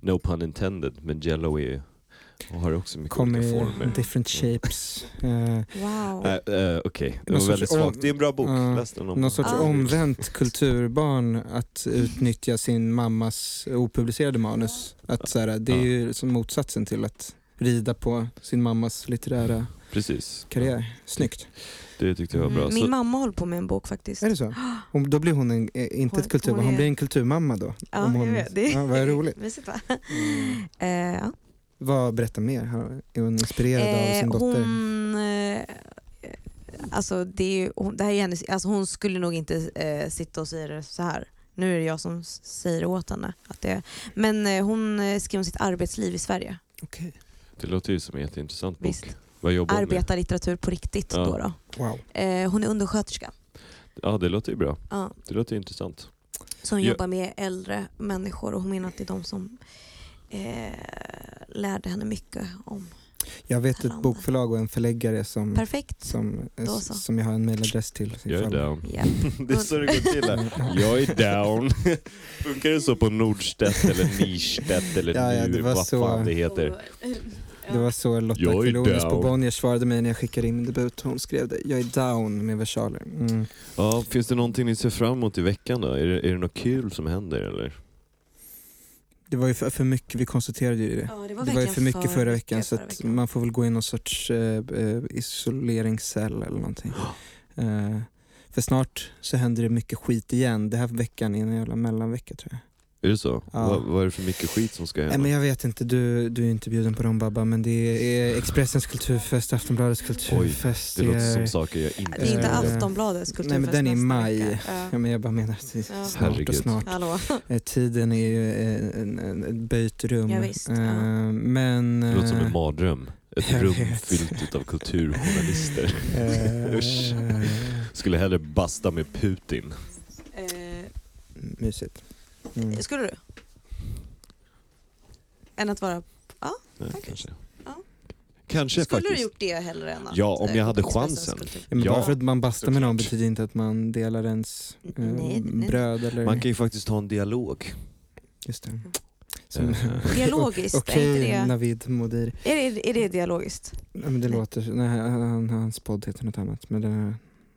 Speaker 1: no pun intended, men Jello är, och har också mycket
Speaker 3: Kommer
Speaker 1: olika
Speaker 3: i
Speaker 1: former. Mm.
Speaker 3: different shapes. Eh,
Speaker 2: Wow.
Speaker 1: Nej, eh, Okej, det var
Speaker 3: Någon sorts
Speaker 1: väldigt
Speaker 3: om-
Speaker 1: svagt. Det är en bra bok,
Speaker 3: Ja,
Speaker 1: läs den om.
Speaker 3: någon sorts
Speaker 2: Ah.
Speaker 3: omvänt kulturbarn att utnyttja sin mammas opublicerade manus. Att, så här, det är
Speaker 1: Ja.
Speaker 3: ju som motsatsen till att rida på sin mammas litterära
Speaker 1: Precis.
Speaker 3: karriär. Snyggt.
Speaker 1: Det tyckte jag var bra.
Speaker 2: Mm, Min
Speaker 1: Så,
Speaker 2: mamma håller på med en bok faktiskt.
Speaker 3: Är det så? Hon, då blir hon en, eh, inte
Speaker 2: Hon-
Speaker 3: ett kulturbarn,
Speaker 2: hon
Speaker 3: hon
Speaker 2: är-
Speaker 3: blir en kulturmamma då.
Speaker 2: Ja,
Speaker 3: om hon,
Speaker 2: jag vet. Det
Speaker 3: ja, vad roligt.
Speaker 2: Mysigt va? Eh, ja.
Speaker 3: Vad, berätta mer. Har- Är hon inspirerad av
Speaker 2: Eh,
Speaker 3: sin dotter?
Speaker 2: hon, eh, alltså, det är ju, hon, det här är hennes, alltså, hon skulle nog inte eh, sitta och säga det så här. Nu är det jag som s- säger åt henne. Att det, men eh, hon eh, skriver om sitt arbetsliv i Sverige.
Speaker 3: Okej.
Speaker 1: det låter ju som en jätteintressant bok.
Speaker 2: Visst.
Speaker 1: Vad jobbar hon med?
Speaker 2: Arbetarlitteratur på riktigt.
Speaker 1: Ja.
Speaker 2: Då då.
Speaker 3: Wow.
Speaker 2: Eh, hon är undersköterska.
Speaker 1: Ja, det låter ju bra.
Speaker 2: Ja.
Speaker 1: Det låter intressant.
Speaker 2: som
Speaker 1: Ja.
Speaker 2: jobbar med äldre människor och hon menar att det är de som eh, lärde henne mycket om
Speaker 3: Jag vet ett bokförlag och en förläggare som,
Speaker 2: Perfekt.
Speaker 3: som,
Speaker 2: Då så.
Speaker 3: som jag har en mejladress till.
Speaker 1: Jag är
Speaker 3: ifall-
Speaker 1: down.
Speaker 2: Ja.
Speaker 1: Det är så det går till här. Jag är down. Funkar det så på Nordstedt eller Nierstedt eller
Speaker 3: Ja, ja, det
Speaker 1: Njur,
Speaker 3: var
Speaker 1: vad
Speaker 3: så-
Speaker 1: fan det heter?
Speaker 3: Det var så Lotta
Speaker 1: Jag är
Speaker 3: Akilonius på
Speaker 1: down.
Speaker 3: Bonniers svarade mig när jag skickade in min debut. Hon skrev det. Jag är down med versaler. Mm.
Speaker 1: Ja, finns det någonting ni ser fram emot i veckan då? Är det, är det något kul som händer eller?
Speaker 3: Det var ju för, för mycket, vi konstaterade ju det.
Speaker 2: Ja,
Speaker 3: Det var ju
Speaker 2: verkligen
Speaker 3: för mycket förra veckan
Speaker 2: mycket
Speaker 3: så
Speaker 2: förra
Speaker 3: att
Speaker 2: veckan.
Speaker 3: man får väl gå i någon sorts eh, eh, isoleringscell eller någonting. Eh, för snart så händer det mycket skit igen. Det här veckan är en jävla mellanvecka tror jag.
Speaker 1: Är det så?
Speaker 3: Ja.
Speaker 1: Vad, vad är det för mycket skit som ska
Speaker 3: Nej, men
Speaker 1: hända?
Speaker 3: jag vet inte, du, du är inte bjuden på dem Babba men det är Expressens kulturfest, Aftonbladets kulturfest.
Speaker 1: Det låter
Speaker 3: är-
Speaker 1: som saker jag inte
Speaker 2: Det är inte
Speaker 3: Eh,
Speaker 1: känner till.
Speaker 2: Aftonbladets
Speaker 3: Nej men
Speaker 2: kulturfest
Speaker 3: den är i
Speaker 2: nästa
Speaker 3: maj.
Speaker 2: vecka. Ja.
Speaker 3: Ja, men jag bara menar att det är
Speaker 2: Ja.
Speaker 3: snart och
Speaker 1: Herregud.
Speaker 3: snart.
Speaker 2: Hallå.
Speaker 3: Eh, Tiden är ju eh, en, en, ett böjt rum.
Speaker 2: Ja, visst,
Speaker 3: Eh,
Speaker 2: ja.
Speaker 3: Men...
Speaker 1: Det låter som
Speaker 3: eh,
Speaker 1: en mardröm. Ett
Speaker 3: jag
Speaker 1: rum
Speaker 3: vet.
Speaker 1: fyllt av kulturjournalister.
Speaker 3: eh,
Speaker 1: Usch. Skulle hellre basta med Putin.
Speaker 2: Eh,
Speaker 3: Mysigt. Mm.
Speaker 2: skulle du? Än att vara...
Speaker 1: Nej,
Speaker 2: Tack.
Speaker 1: kanske.
Speaker 2: Ja.
Speaker 1: Kanske
Speaker 2: Skulle
Speaker 1: faktiskt.
Speaker 2: du gjort det hellre än att...
Speaker 1: Ja, om jag
Speaker 2: eh,
Speaker 1: hade
Speaker 2: Expressens
Speaker 1: chansen.
Speaker 2: kultur-
Speaker 3: Ja, men
Speaker 1: Ja,
Speaker 3: bara för att man bastar med någon
Speaker 1: såklart.
Speaker 3: betyder inte att man delar ens eh,
Speaker 2: Mm, Nej, nej.
Speaker 3: bröd eller...
Speaker 1: Man kan Eh. ju faktiskt ha en dialog.
Speaker 3: Just det. Som,
Speaker 1: Eh,
Speaker 2: Dialogiskt,
Speaker 3: Okej,
Speaker 2: är, inte
Speaker 3: Navid Modir.
Speaker 2: det, är, det, är det dialogiskt?
Speaker 3: Nej, men det låter... Nej, han, hans podd heter något annat, men den här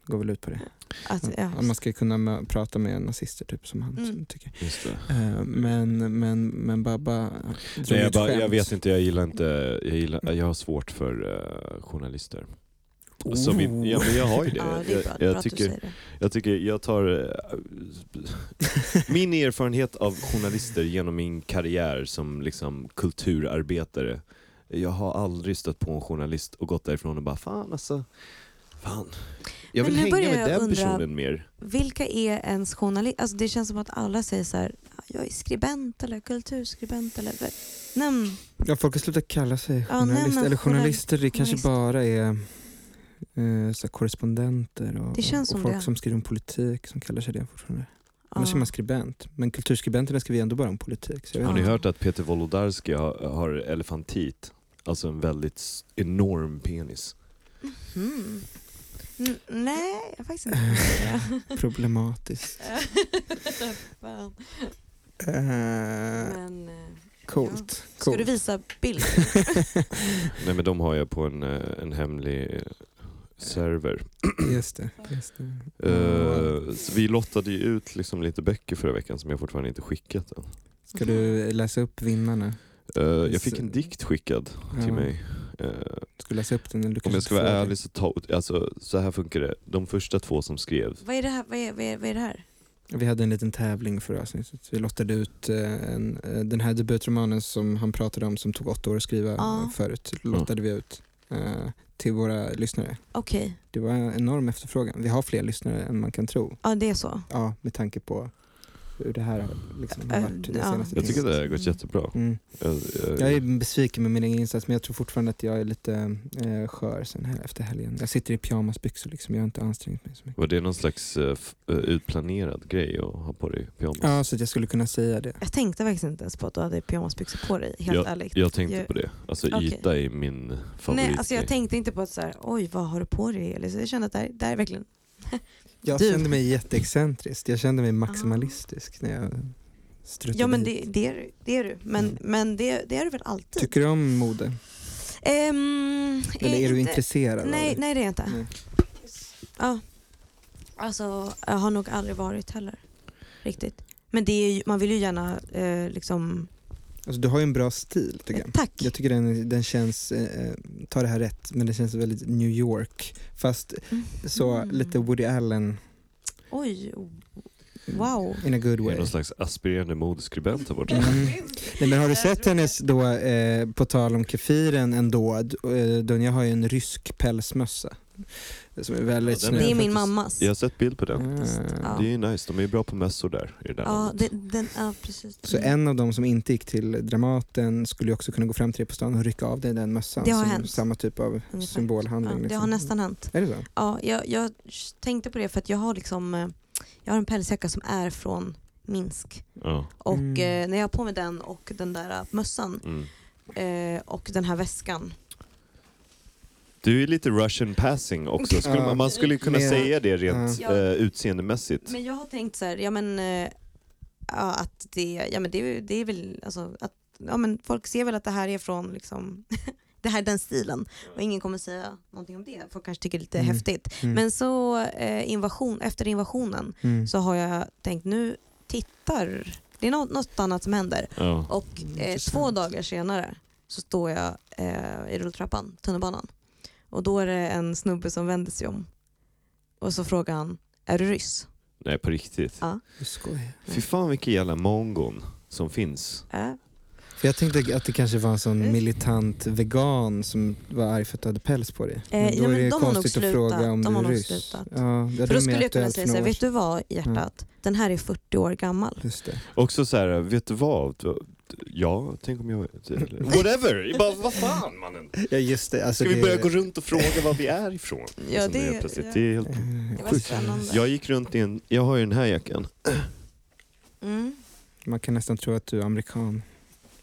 Speaker 3: går väl ut på det.
Speaker 2: Att, ja.
Speaker 3: Att Mm. man ska kunna mö- prata med nazister, typ, som han
Speaker 2: Mm.
Speaker 3: tycker.
Speaker 1: Just det.
Speaker 3: Eh, men, men, men Babba drog
Speaker 1: Nej, jag,
Speaker 3: ett
Speaker 1: bara, jag
Speaker 3: skämt.
Speaker 1: vet inte, jag gillar inte, jag, gillar, jag har svårt för eh, journalister.
Speaker 3: Oh.
Speaker 1: Som i- ja, men Alltså, jag har ju det.
Speaker 2: ja, det är bra,
Speaker 1: jag,
Speaker 2: bra
Speaker 1: jag,
Speaker 2: att du
Speaker 1: tycker,
Speaker 2: säger det.
Speaker 1: jag tycker, jag tar... eh, min erfarenhet av journalister genom min karriär som liksom kulturarbetare. Jag har aldrig stött på en journalist och gått därifrån och bara fan alltså, fan. Jag
Speaker 2: Men
Speaker 1: vill
Speaker 2: nu
Speaker 1: hänga
Speaker 2: börjar jag
Speaker 1: med den
Speaker 2: undra-
Speaker 1: personen mer.
Speaker 2: Vilka är ens journalist? Alltså det känns som att alla säger så här, jag är skribent eller kulturskribent eller... Nämn.
Speaker 3: Ja, folk har slutat kalla sig
Speaker 2: Ja,
Speaker 3: journalist.
Speaker 2: nej, men
Speaker 3: Eller
Speaker 2: journal-
Speaker 3: journalister, det kanske
Speaker 2: journalist.
Speaker 3: bara är eh, så här, korrespondenter och,
Speaker 2: Det känns
Speaker 3: och
Speaker 2: som
Speaker 3: folk
Speaker 2: det.
Speaker 3: som skriver om politik som kallar sig det fortfarande. Annars är
Speaker 2: Ja.
Speaker 3: man skribent. Men kulturskribenterna skriver ändå bara om politik. Så jag vet
Speaker 1: Har ni
Speaker 2: Ja.
Speaker 1: hört att Peter Wolodarski har, har elefantit? Alltså en väldigt s- enorm penis.
Speaker 2: Mm. N- nej, jag har faktiskt inte hört det.
Speaker 3: inte. Problematiskt.
Speaker 2: Fan.
Speaker 3: Eh,
Speaker 2: Men, eh,
Speaker 3: coolt.
Speaker 2: Ska
Speaker 3: coolt.
Speaker 2: du visa bild?
Speaker 1: Nej men de har jag på en, eh, en hemlig eh, server.
Speaker 3: Just det. Just det.
Speaker 1: Eh,
Speaker 3: Mm.
Speaker 1: så vi lottade ju ut liksom lite böcker förra veckan som jag fortfarande inte skickat än.
Speaker 3: Ska du läsa upp vinnarna?
Speaker 1: Eh, jag fick en dikt skickad till
Speaker 3: Ja.
Speaker 1: mig. Eh,
Speaker 3: Ska du läsa upp den? Eller du
Speaker 1: om
Speaker 3: kanske
Speaker 1: jag ska
Speaker 3: inte
Speaker 1: vara
Speaker 3: får det?
Speaker 1: ärlig så, ta, alltså, så här funkar det. De första två som skrev,
Speaker 2: Vad är det här? Vad är, vad är, vad är det här?
Speaker 3: Vi hade en liten tävling förra avsnittet. Vi lottade ut eh, en, eh, den här debutromanen som han pratade om som tog åtta år att skriva
Speaker 2: Ja.
Speaker 3: eh, förut.
Speaker 1: Mm.
Speaker 3: Lottade vi ut eh, till våra lyssnare.
Speaker 2: Okej,
Speaker 3: Det var en enorm efterfrågan. Vi har fler lyssnare än man kan tro.
Speaker 2: ja det är så.
Speaker 3: Ja, med tanke på hur det här har liksom har
Speaker 2: Äh,
Speaker 3: varit det
Speaker 2: ja.
Speaker 3: senaste
Speaker 1: jag tycker
Speaker 3: dygnet.
Speaker 1: det har gått jättebra. Eh,
Speaker 3: Mm.
Speaker 1: Jag,
Speaker 3: Jag är besviken med min egen insats men jag tror fortfarande att jag är lite eh, skör sen här efter helgen. Jag sitter i pyjamasbyxor liksom, jag har inte ansträngt mig så mycket.
Speaker 1: var det någon slags eh, f- eh, utplanerad grej att ha på dig pyjamas?
Speaker 3: Ja, så att jag skulle kunna säga det.
Speaker 2: Jag tänkte verkligen inte ens på att du hade pyjamasbyxor på dig, helt ärligt.
Speaker 1: Jag tänkte
Speaker 2: Jag-
Speaker 1: på det. Alltså
Speaker 2: Okej.
Speaker 1: yta är min favorit.
Speaker 2: Nej, alltså jag tänkte inte på att så här, oj vad har du på dig Eli? Så jag kände att det här, det här är verkligen...
Speaker 3: Jag
Speaker 2: Du. Ah.
Speaker 3: kände mig jätteexcentrisk. Jag kände mig maximalistisk när jag struttade
Speaker 2: Ja men
Speaker 3: hit.
Speaker 2: det, det, är, du- det är du, men,
Speaker 3: Mm.
Speaker 2: men det, det är du väl alltid?
Speaker 3: Tycker du om mode?
Speaker 2: Ehm,
Speaker 3: Eller är du
Speaker 2: Eh, inte-
Speaker 3: intresserad
Speaker 2: Nej,
Speaker 3: av det?
Speaker 2: nej det är jag inte.
Speaker 3: Nej.
Speaker 2: Ja. Alltså, jag har nog aldrig varit heller. Riktigt. Men det är ju, man vill ju gärna eh, liksom...
Speaker 3: Alltså, du har ju en bra stil tycker jag.
Speaker 2: Eh, Tack!
Speaker 3: Jag tycker den, den känns, eh, eh, ta det här rätt, men den känns väldigt New York. Fast så
Speaker 2: Mhm.
Speaker 3: lite Woody Allen
Speaker 2: Oj, wow.
Speaker 3: in a good
Speaker 1: Du
Speaker 3: way.
Speaker 1: är någon slags aspirerande modeskribent här borta.
Speaker 3: Mm. Nej, men har du sett hennes då, eh, på tal om kefiren ändå, d- eh, Dunja har ju en rysk pälsmössa. Som är väldigt
Speaker 1: Ja, den
Speaker 3: snygg.
Speaker 2: Det är min
Speaker 1: faktiskt-
Speaker 2: mammas.
Speaker 1: Jag har sett bild på den.
Speaker 3: Ah.
Speaker 2: Ja.
Speaker 1: Det är ju nice, de är ju bra på mössor där i det där
Speaker 2: Ja,
Speaker 1: landet.
Speaker 2: det, den, ja precis.
Speaker 3: Så en av dem som inte gick till Dramaten skulle ju också kunna gå fram till dig på stan och rycka av dig den mössan.
Speaker 2: Det har
Speaker 3: som
Speaker 2: hänt.
Speaker 3: Samma typ av
Speaker 2: Ungefär. ja,
Speaker 3: symbolhandling.
Speaker 2: det
Speaker 3: liksom.
Speaker 2: har nästan hänt.
Speaker 3: Är det så?
Speaker 2: Ja, jag, jag tänkte på det för att jag har liksom eh, jag har en pälsjacka som är från Minsk.
Speaker 1: Ja.
Speaker 2: Och
Speaker 3: Mm.
Speaker 2: eh, när jag har på mig den och den där eh, mössan
Speaker 1: Mm.
Speaker 2: eh, och den här väskan
Speaker 1: Du är lite Russian passing också. Skulle,
Speaker 3: Ja.
Speaker 1: Man skulle kunna
Speaker 3: Mer-
Speaker 1: säga det rent
Speaker 2: Ja.
Speaker 1: eh, utseendemässigt.
Speaker 2: Men jag har tänkt så här, ja men, eh, ja, att det, ja, men det, det är väl, alltså, att, ja, men folk ser väl att det här är från liksom, det här är den stilen och ingen kommer säga någonting om det. Folk kanske tycker det är lite
Speaker 3: Mm.
Speaker 2: häftigt.
Speaker 3: Mm.
Speaker 2: Men så eh, invasion, efter invasionen
Speaker 3: Mm.
Speaker 2: så har jag tänkt nu tittar, det är något, något annat som händer.
Speaker 1: Ja.
Speaker 2: Och eh,
Speaker 3: Mm, Intressant.
Speaker 2: två dagar senare så står jag eh, i rulltrappan, tunnelbanan. Och då är det en snubbe som vänder sig om och så frågar han, är du ryss?
Speaker 1: Nej, på riktigt.
Speaker 2: Ja.
Speaker 3: Du skojar.
Speaker 2: Mm.
Speaker 1: Fy fan vilka jävla mongon som finns.
Speaker 2: Äh,
Speaker 3: För jag tänkte att det kanske var en
Speaker 2: Mm.
Speaker 3: sån militant vegan som var arg för att du hade päls på dig.
Speaker 2: Eh, ja,
Speaker 3: då
Speaker 2: men
Speaker 3: är det
Speaker 2: de har nog
Speaker 3: konstigt att
Speaker 2: slutat.
Speaker 3: fråga
Speaker 2: De
Speaker 3: om du
Speaker 2: har
Speaker 3: är
Speaker 2: nog
Speaker 3: ryss.
Speaker 2: slutat.
Speaker 3: Ja, ja,
Speaker 2: för då skulle jag kunna säga så här, vet du vad hjärtat, den här är 40 år gammal.
Speaker 3: Just det.
Speaker 1: Också så här, vet du vad? Ja, tänk om jag... Whatever! Bara, vad fan mannen!
Speaker 3: Ja, just det. Alltså
Speaker 1: Ska vi
Speaker 3: det-
Speaker 1: börja gå runt och fråga var vi är ifrån?
Speaker 2: Ja,
Speaker 1: Liksom,
Speaker 2: det-
Speaker 1: är plötsligt-
Speaker 2: ja.
Speaker 1: det är helt...
Speaker 3: Eh,
Speaker 2: Det var
Speaker 3: sjukt.
Speaker 2: spännande.
Speaker 1: Jag gick runt i en... Jag har ju den här jackan.
Speaker 2: Mm.
Speaker 3: Man kan nästan tro att du är amerikan.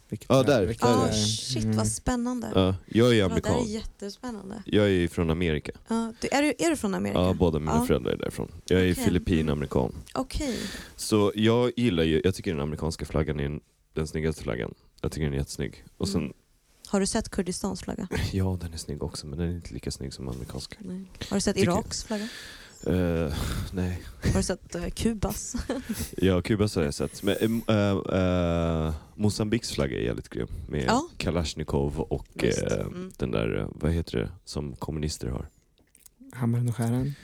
Speaker 3: Vilket
Speaker 1: Ja,
Speaker 3: är-
Speaker 1: där.
Speaker 3: vilket
Speaker 1: Ja,
Speaker 2: Ah,
Speaker 3: är-
Speaker 2: shit
Speaker 3: mm.
Speaker 2: vad spännande.
Speaker 1: Ja, jag är
Speaker 2: Ja, det här är
Speaker 1: amerikan.
Speaker 2: jättespännande.
Speaker 1: Jag är ju från Amerika.
Speaker 2: Ja, du, är, du, är du från Amerika?
Speaker 1: Ja, båda mina
Speaker 2: Ja.
Speaker 1: föräldrar är därifrån. Jag är
Speaker 2: Okej.
Speaker 1: filippinamerikan.
Speaker 2: Okej.
Speaker 1: Så jag gillar ju... Jag tycker den amerikanska flaggan är den- den snyggaste flaggan. Jag tycker den är jättesnygg. Och
Speaker 2: Mm.
Speaker 1: sen...
Speaker 2: Har du sett Kurdistans flagga?
Speaker 1: Ja, den är snygg också, men den är inte lika snygg som amerikanska.
Speaker 2: Nej. Har du sett
Speaker 1: Tycker-
Speaker 2: Iraks flagga?
Speaker 1: Eh, nej.
Speaker 2: Har du sett eh, Kubas?
Speaker 1: Ja, Kubas har jag sett. Men äh, äh, Mosambiks flagga är jävligt grym. Med
Speaker 2: Ja.
Speaker 1: Kalashnikov och
Speaker 2: Visst.
Speaker 1: eh,
Speaker 2: Mm.
Speaker 1: den där, eh, vad heter det, som kommunister har.
Speaker 3: Hammaren och skäran.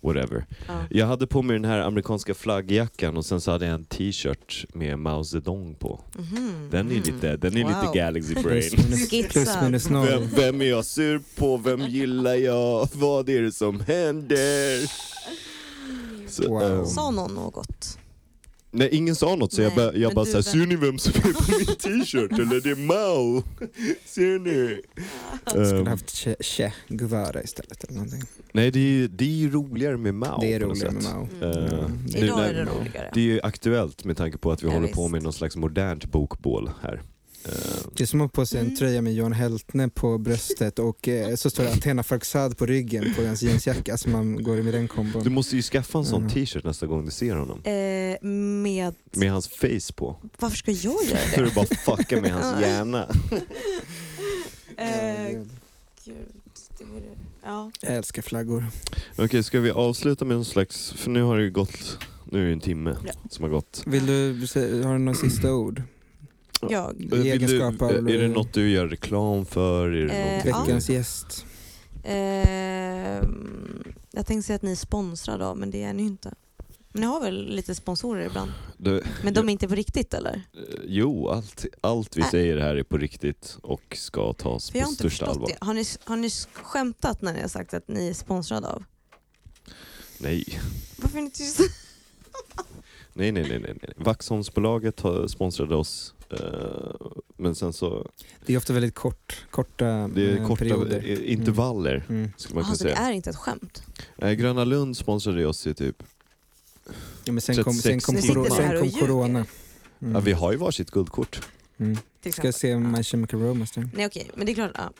Speaker 1: Whatever.
Speaker 2: Ja.
Speaker 1: Jag hade på mig den här amerikanska flaggjackan och sen så hade jag en t-shirt med Mao Zedong på.
Speaker 2: Mhm.
Speaker 1: Den är lite, den är
Speaker 2: Wow.
Speaker 1: lite Galaxy
Speaker 3: Plus
Speaker 1: Brain.
Speaker 3: minus,
Speaker 2: Skitsad.
Speaker 3: plus minus noll.
Speaker 1: Vem, vem är jag sur på? Vem gillar jag? Vad är det som händer? Så,
Speaker 3: Wow.
Speaker 1: ehm,
Speaker 2: Sa någon något?
Speaker 1: Nej, ingen sa något så jag,
Speaker 2: Nej,
Speaker 1: bara- jag
Speaker 2: men
Speaker 1: bara
Speaker 2: du
Speaker 1: såhär, ser
Speaker 2: var-
Speaker 1: ni vem som är på min t-shirt eller det är Mao? Ser ni? Ehm,
Speaker 3: Skulle haft Che, che Guevara istället eller någonting.
Speaker 1: nej, det är, ju, det är ju roligare med Mao
Speaker 3: det är
Speaker 1: på något
Speaker 3: roligare
Speaker 1: sätt.
Speaker 3: med Mao.
Speaker 1: Eh,
Speaker 2: Mm.
Speaker 3: Ja, det-
Speaker 1: nu
Speaker 2: Idag är
Speaker 1: när-
Speaker 2: det roligare.
Speaker 1: Det är ju aktuellt med tanke på att vi
Speaker 2: Ja,
Speaker 1: håller på
Speaker 2: visst.
Speaker 1: med någon slags modernt bokbål här. Ehm,
Speaker 3: Det är som att ha på sig en
Speaker 2: Mm.
Speaker 3: tröja med Johan Heltne på bröstet och eh, så står det Athena Farxad på ryggen på ens jeansjacka. Alltså man går med den
Speaker 1: du
Speaker 3: kombon.
Speaker 1: måste ju skaffa en sån
Speaker 3: Mm.
Speaker 1: t-shirt nästa gång du ser honom.
Speaker 2: Eh, med...
Speaker 1: Med hans face på.
Speaker 2: Varför ska jag göra
Speaker 1: För
Speaker 2: det?
Speaker 1: att bara fucka med hans hjärna.
Speaker 2: eh, gud, det vore... Ja.
Speaker 3: Jag älskar flaggor.
Speaker 1: Okej, ska vi avsluta med någon slags, för nu har det ju gått, nu är det en timme
Speaker 2: Ja.
Speaker 1: som har gått.
Speaker 3: Vill du, se- har du några sista ord?
Speaker 2: Jag
Speaker 3: I
Speaker 1: Eh, vill
Speaker 3: egenskap
Speaker 1: du,
Speaker 3: av-
Speaker 1: eh, Är det något du gör reklam för? Är det
Speaker 2: Eh,
Speaker 1: någonting
Speaker 2: ja.
Speaker 1: du-
Speaker 3: Veckans gäst.
Speaker 2: Ehm, jag tänkte säga att ni är sponsrade av, men det är ni ju inte. Men ni har väl lite sponsorer ibland?
Speaker 1: Du,
Speaker 2: Men de är inte på riktigt eller?
Speaker 1: eh, jo, allt, allt vi
Speaker 2: Nej.
Speaker 1: säger här är på riktigt och ska tas
Speaker 2: För
Speaker 1: på
Speaker 2: jag Äh. har inte
Speaker 1: största
Speaker 2: förstått
Speaker 1: allvar.
Speaker 2: det. Har ni, har ni sk- skämtat när ni har sagt att ni är sponsrade av?
Speaker 1: Nej.
Speaker 2: Varför är ni tysta?
Speaker 1: Nej, nej, nej, nej. nej. Vaxholmsbolaget har sponsrade oss. eh, Men sen så,
Speaker 3: Det är ofta väldigt kort, korta,
Speaker 1: det är
Speaker 3: eh,
Speaker 1: korta
Speaker 3: perioder.
Speaker 1: eh, intervaller
Speaker 3: Mm.
Speaker 1: skulle man
Speaker 2: Ah,
Speaker 1: kunna
Speaker 2: så det
Speaker 1: säga.
Speaker 2: är inte ett skämt?
Speaker 1: Nej, Gröna Lund sponsrade oss i typ,
Speaker 3: Ja, men sen kom, sen
Speaker 1: 36
Speaker 3: kom,
Speaker 1: Ni
Speaker 3: coro-
Speaker 1: sitter
Speaker 2: här
Speaker 3: sen
Speaker 2: och
Speaker 3: kom
Speaker 2: ljuger.
Speaker 3: corona.
Speaker 1: ja, vi
Speaker 3: Mm.
Speaker 1: har ju varsitt guldkort.
Speaker 3: Mm.
Speaker 2: Till
Speaker 3: Ska jag
Speaker 2: exempel.
Speaker 3: se
Speaker 2: Ja.
Speaker 3: My Chemical Romance nu?
Speaker 2: Nej okej, men det är klart. Ja.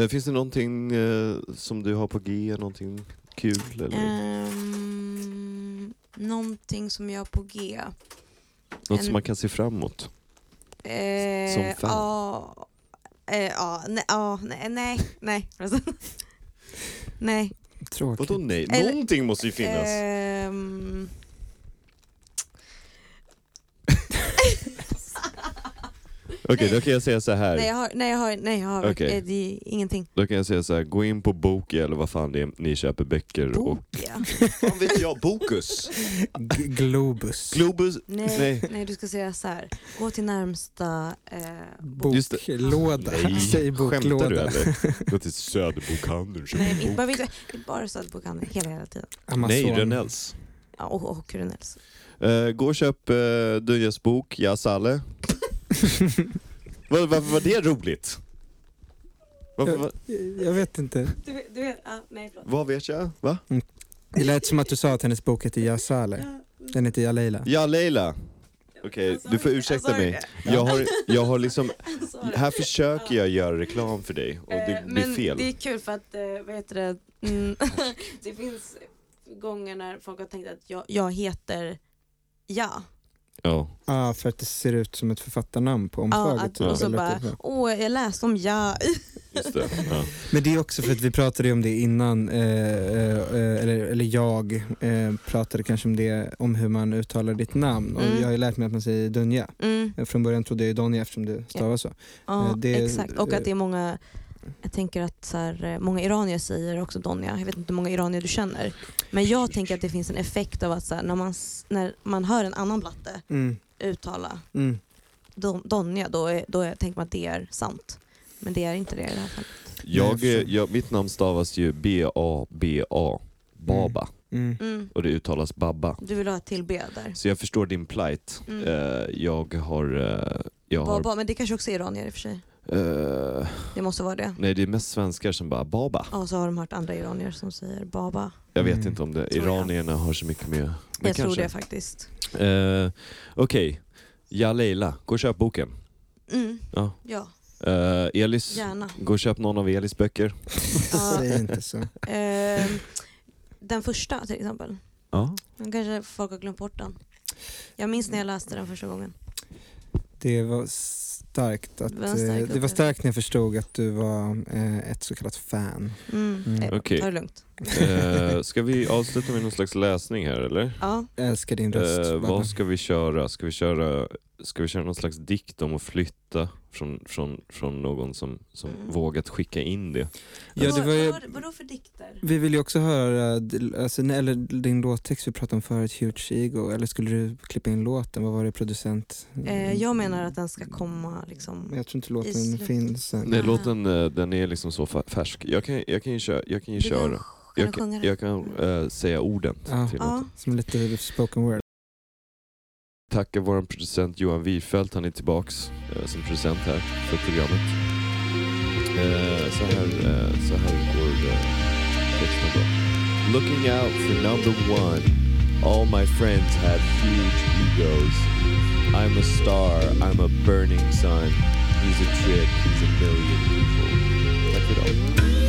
Speaker 1: Eh, Finns det någonting eh, som du har på G, någonting kul
Speaker 2: Eh,
Speaker 1: eller
Speaker 2: Ehm, någonting som jag har på G.
Speaker 1: något som
Speaker 2: en-
Speaker 1: man kan se fram emot?
Speaker 2: Eh,
Speaker 1: Som fan.
Speaker 2: Ja, eh, ja, nej, ja, nej, nej, nej. förresten. nej.
Speaker 3: Tråkigt.
Speaker 1: Vadå nej?
Speaker 2: Eller- Eh,
Speaker 1: Någonting måste ju finnas.
Speaker 2: Ehm.
Speaker 1: Okej, då kan jag säga så här.
Speaker 2: Nej jag har, nej jag har, nej jag har,
Speaker 1: Okej.
Speaker 2: eh, det är ingenting.
Speaker 1: Då kan jag säga så här, gå in på Boki eller vad fan det är ni köper böcker och...
Speaker 2: Bokia.
Speaker 1: Vad vet jag? Bokus?
Speaker 3: G- Globus.
Speaker 1: Globus?
Speaker 2: Nej,
Speaker 1: Nej.
Speaker 2: nej. du ska säga så här. gå till närmsta, eh,
Speaker 1: Just det.
Speaker 3: Boklåda. Säg
Speaker 1: skämtar du
Speaker 3: boklåda.
Speaker 1: eller? Gå till Söderbokhandeln och köp
Speaker 2: nej inte
Speaker 1: en bok.
Speaker 2: bara, vet du, det är bara Söderbokhandeln hela, hela tiden.
Speaker 3: Amazon.
Speaker 1: Nej, Rönnells.
Speaker 2: Ja, och, och Kurenells.
Speaker 1: Eh, gå och köp uh, Dunjas bok, Ja Salle. Var- Varför var det roligt? Varför, var,
Speaker 3: Jag vet inte.
Speaker 2: Du, du vet, ah, nej förlåt.
Speaker 1: vad vet jag? Va?
Speaker 3: Det lät som att du sa att hennes bok heter Yazale. Den heter Jaleila.
Speaker 1: Ja Leila. Okej, du får ursäkta mig. Jag har, jag har liksom, här försöker jag göra reklam för dig och det
Speaker 2: Eh,
Speaker 1: blir
Speaker 2: Men det är
Speaker 1: fel.
Speaker 2: kul för att, eh, vad heter det, mm, det finns gånger när folk har tänkt att jag, jag heter Ja.
Speaker 1: Ja.
Speaker 3: Ah, för att det ser ut som ett författarnamn på
Speaker 2: ja
Speaker 3: omslaget.
Speaker 2: att,
Speaker 3: typ,
Speaker 2: och så
Speaker 3: eller
Speaker 2: bara,
Speaker 3: typ.
Speaker 2: åh jag läste om Ja.
Speaker 1: Just det. Ja.
Speaker 3: Men det är också för att vi pratade ju om det innan, eh, eh, eh, eller, eller jag eh, pratade kanske om det, om hur man uttalar ditt namn. Och
Speaker 2: Mm.
Speaker 3: jag har ju lärt mig att man säger Dunja.
Speaker 2: Mm,
Speaker 3: Eh, Från början trodde jag ju Donja eftersom det stavas så.
Speaker 2: ja
Speaker 3: Eh, det-
Speaker 2: exakt. Och att det är många, jag tänker att så här, eh, många iranier säger också Donja. Jag vet inte hur många iranier du känner. Men jag tänker att det finns en effekt av att så här, när, man, s- när man hör en annan blatte
Speaker 3: Mm.
Speaker 2: uttala
Speaker 3: Mm.
Speaker 2: Don, Donja, då, är, då är, tänker man att det är sant. Men det är inte det i det här fallet.
Speaker 1: Jag,
Speaker 3: Nej, jag
Speaker 1: jag, mitt namn stavas ju B-A-B-A, Baba,
Speaker 3: Mm.
Speaker 2: Mm.
Speaker 1: och det uttalas Babba.
Speaker 2: Du vill ha ett till B där.
Speaker 1: Så jag förstår din plight.
Speaker 2: Mm.
Speaker 1: Eh, Jag har... eh, Jag har
Speaker 2: Baba, men det kanske också är iranier i och för sig.
Speaker 1: eh,
Speaker 2: Det måste vara det.
Speaker 1: nej, det är mest svenskar som bara Baba.
Speaker 2: Ja, så har de hört andra iranier som säger baba.
Speaker 1: Jag vet
Speaker 3: Mm.
Speaker 1: inte om det,
Speaker 2: Tror jag.
Speaker 1: iranierna har så mycket med... Men
Speaker 2: jag tror
Speaker 1: kanske.
Speaker 2: det faktiskt.
Speaker 1: Eh, Okej, ja Leila, gå och köp boken.
Speaker 2: Mm.
Speaker 1: Ja.
Speaker 2: Ja,
Speaker 1: Eh, Elis,
Speaker 2: gärna.
Speaker 1: gå och köp någon av Elis böcker.
Speaker 2: Ja.
Speaker 3: Säg inte så.
Speaker 2: Ehm, den första till exempel.
Speaker 1: Ja.
Speaker 2: Den kanske folk har glömt bort den. Jag minns när jag läste den första gången.
Speaker 3: Det var starkt, att,
Speaker 2: Det var en stark
Speaker 3: eh, det var
Speaker 2: upplevelse.
Speaker 3: starkt när jag förstod att du var eh, ett så kallat fan.
Speaker 2: Mm.
Speaker 3: Mm.
Speaker 2: Eh,
Speaker 1: Okej.
Speaker 2: Ta det lugnt.
Speaker 1: Eh, ska vi avsluta med någon slags läsning här eller?
Speaker 2: Ja.
Speaker 3: Jag älskar din röst.
Speaker 1: Eh,
Speaker 3: Babben.
Speaker 1: vad ska vi köra? Ska vi köra, ska vi köra någon slags dikt om att flytta från, från, från någon som, som
Speaker 2: Mm.
Speaker 1: vågat skicka in det?
Speaker 3: Ja, det var ju,
Speaker 2: vadå, vadå för dikter?
Speaker 3: vi vill ju också höra d- alltså, nej, eller din låttext vi pratade om förut, Huge Ego. Eller skulle du klippa in låten? Vad var det producent?
Speaker 2: Eh, jag menar att den ska komma liksom...
Speaker 3: Jag tror inte
Speaker 2: I
Speaker 3: låten
Speaker 2: slutet.
Speaker 3: finns än.
Speaker 1: Nej,
Speaker 2: Ah.
Speaker 1: låten eh, den är liksom så fa- färsk. Jag kan, jag kan ju köra. Jag kan ju
Speaker 2: Du kan
Speaker 1: köra.
Speaker 2: kan
Speaker 1: Jag
Speaker 2: sjunga
Speaker 1: kan,
Speaker 2: den.
Speaker 1: jag kan eh, säga orden
Speaker 3: Ja.
Speaker 1: till låten.
Speaker 2: Ja.
Speaker 3: Som lite spoken word.
Speaker 1: tacka vår producent Johan Wifelt, han är tillbaks eh, som producent här för programmet. Eh, så, här, eh, så här går eh, texten då. Looking out for number one. All my friends have huge egos. I'm a star, I'm a burning sun. He's a trip, he's a million people. Tack för idag.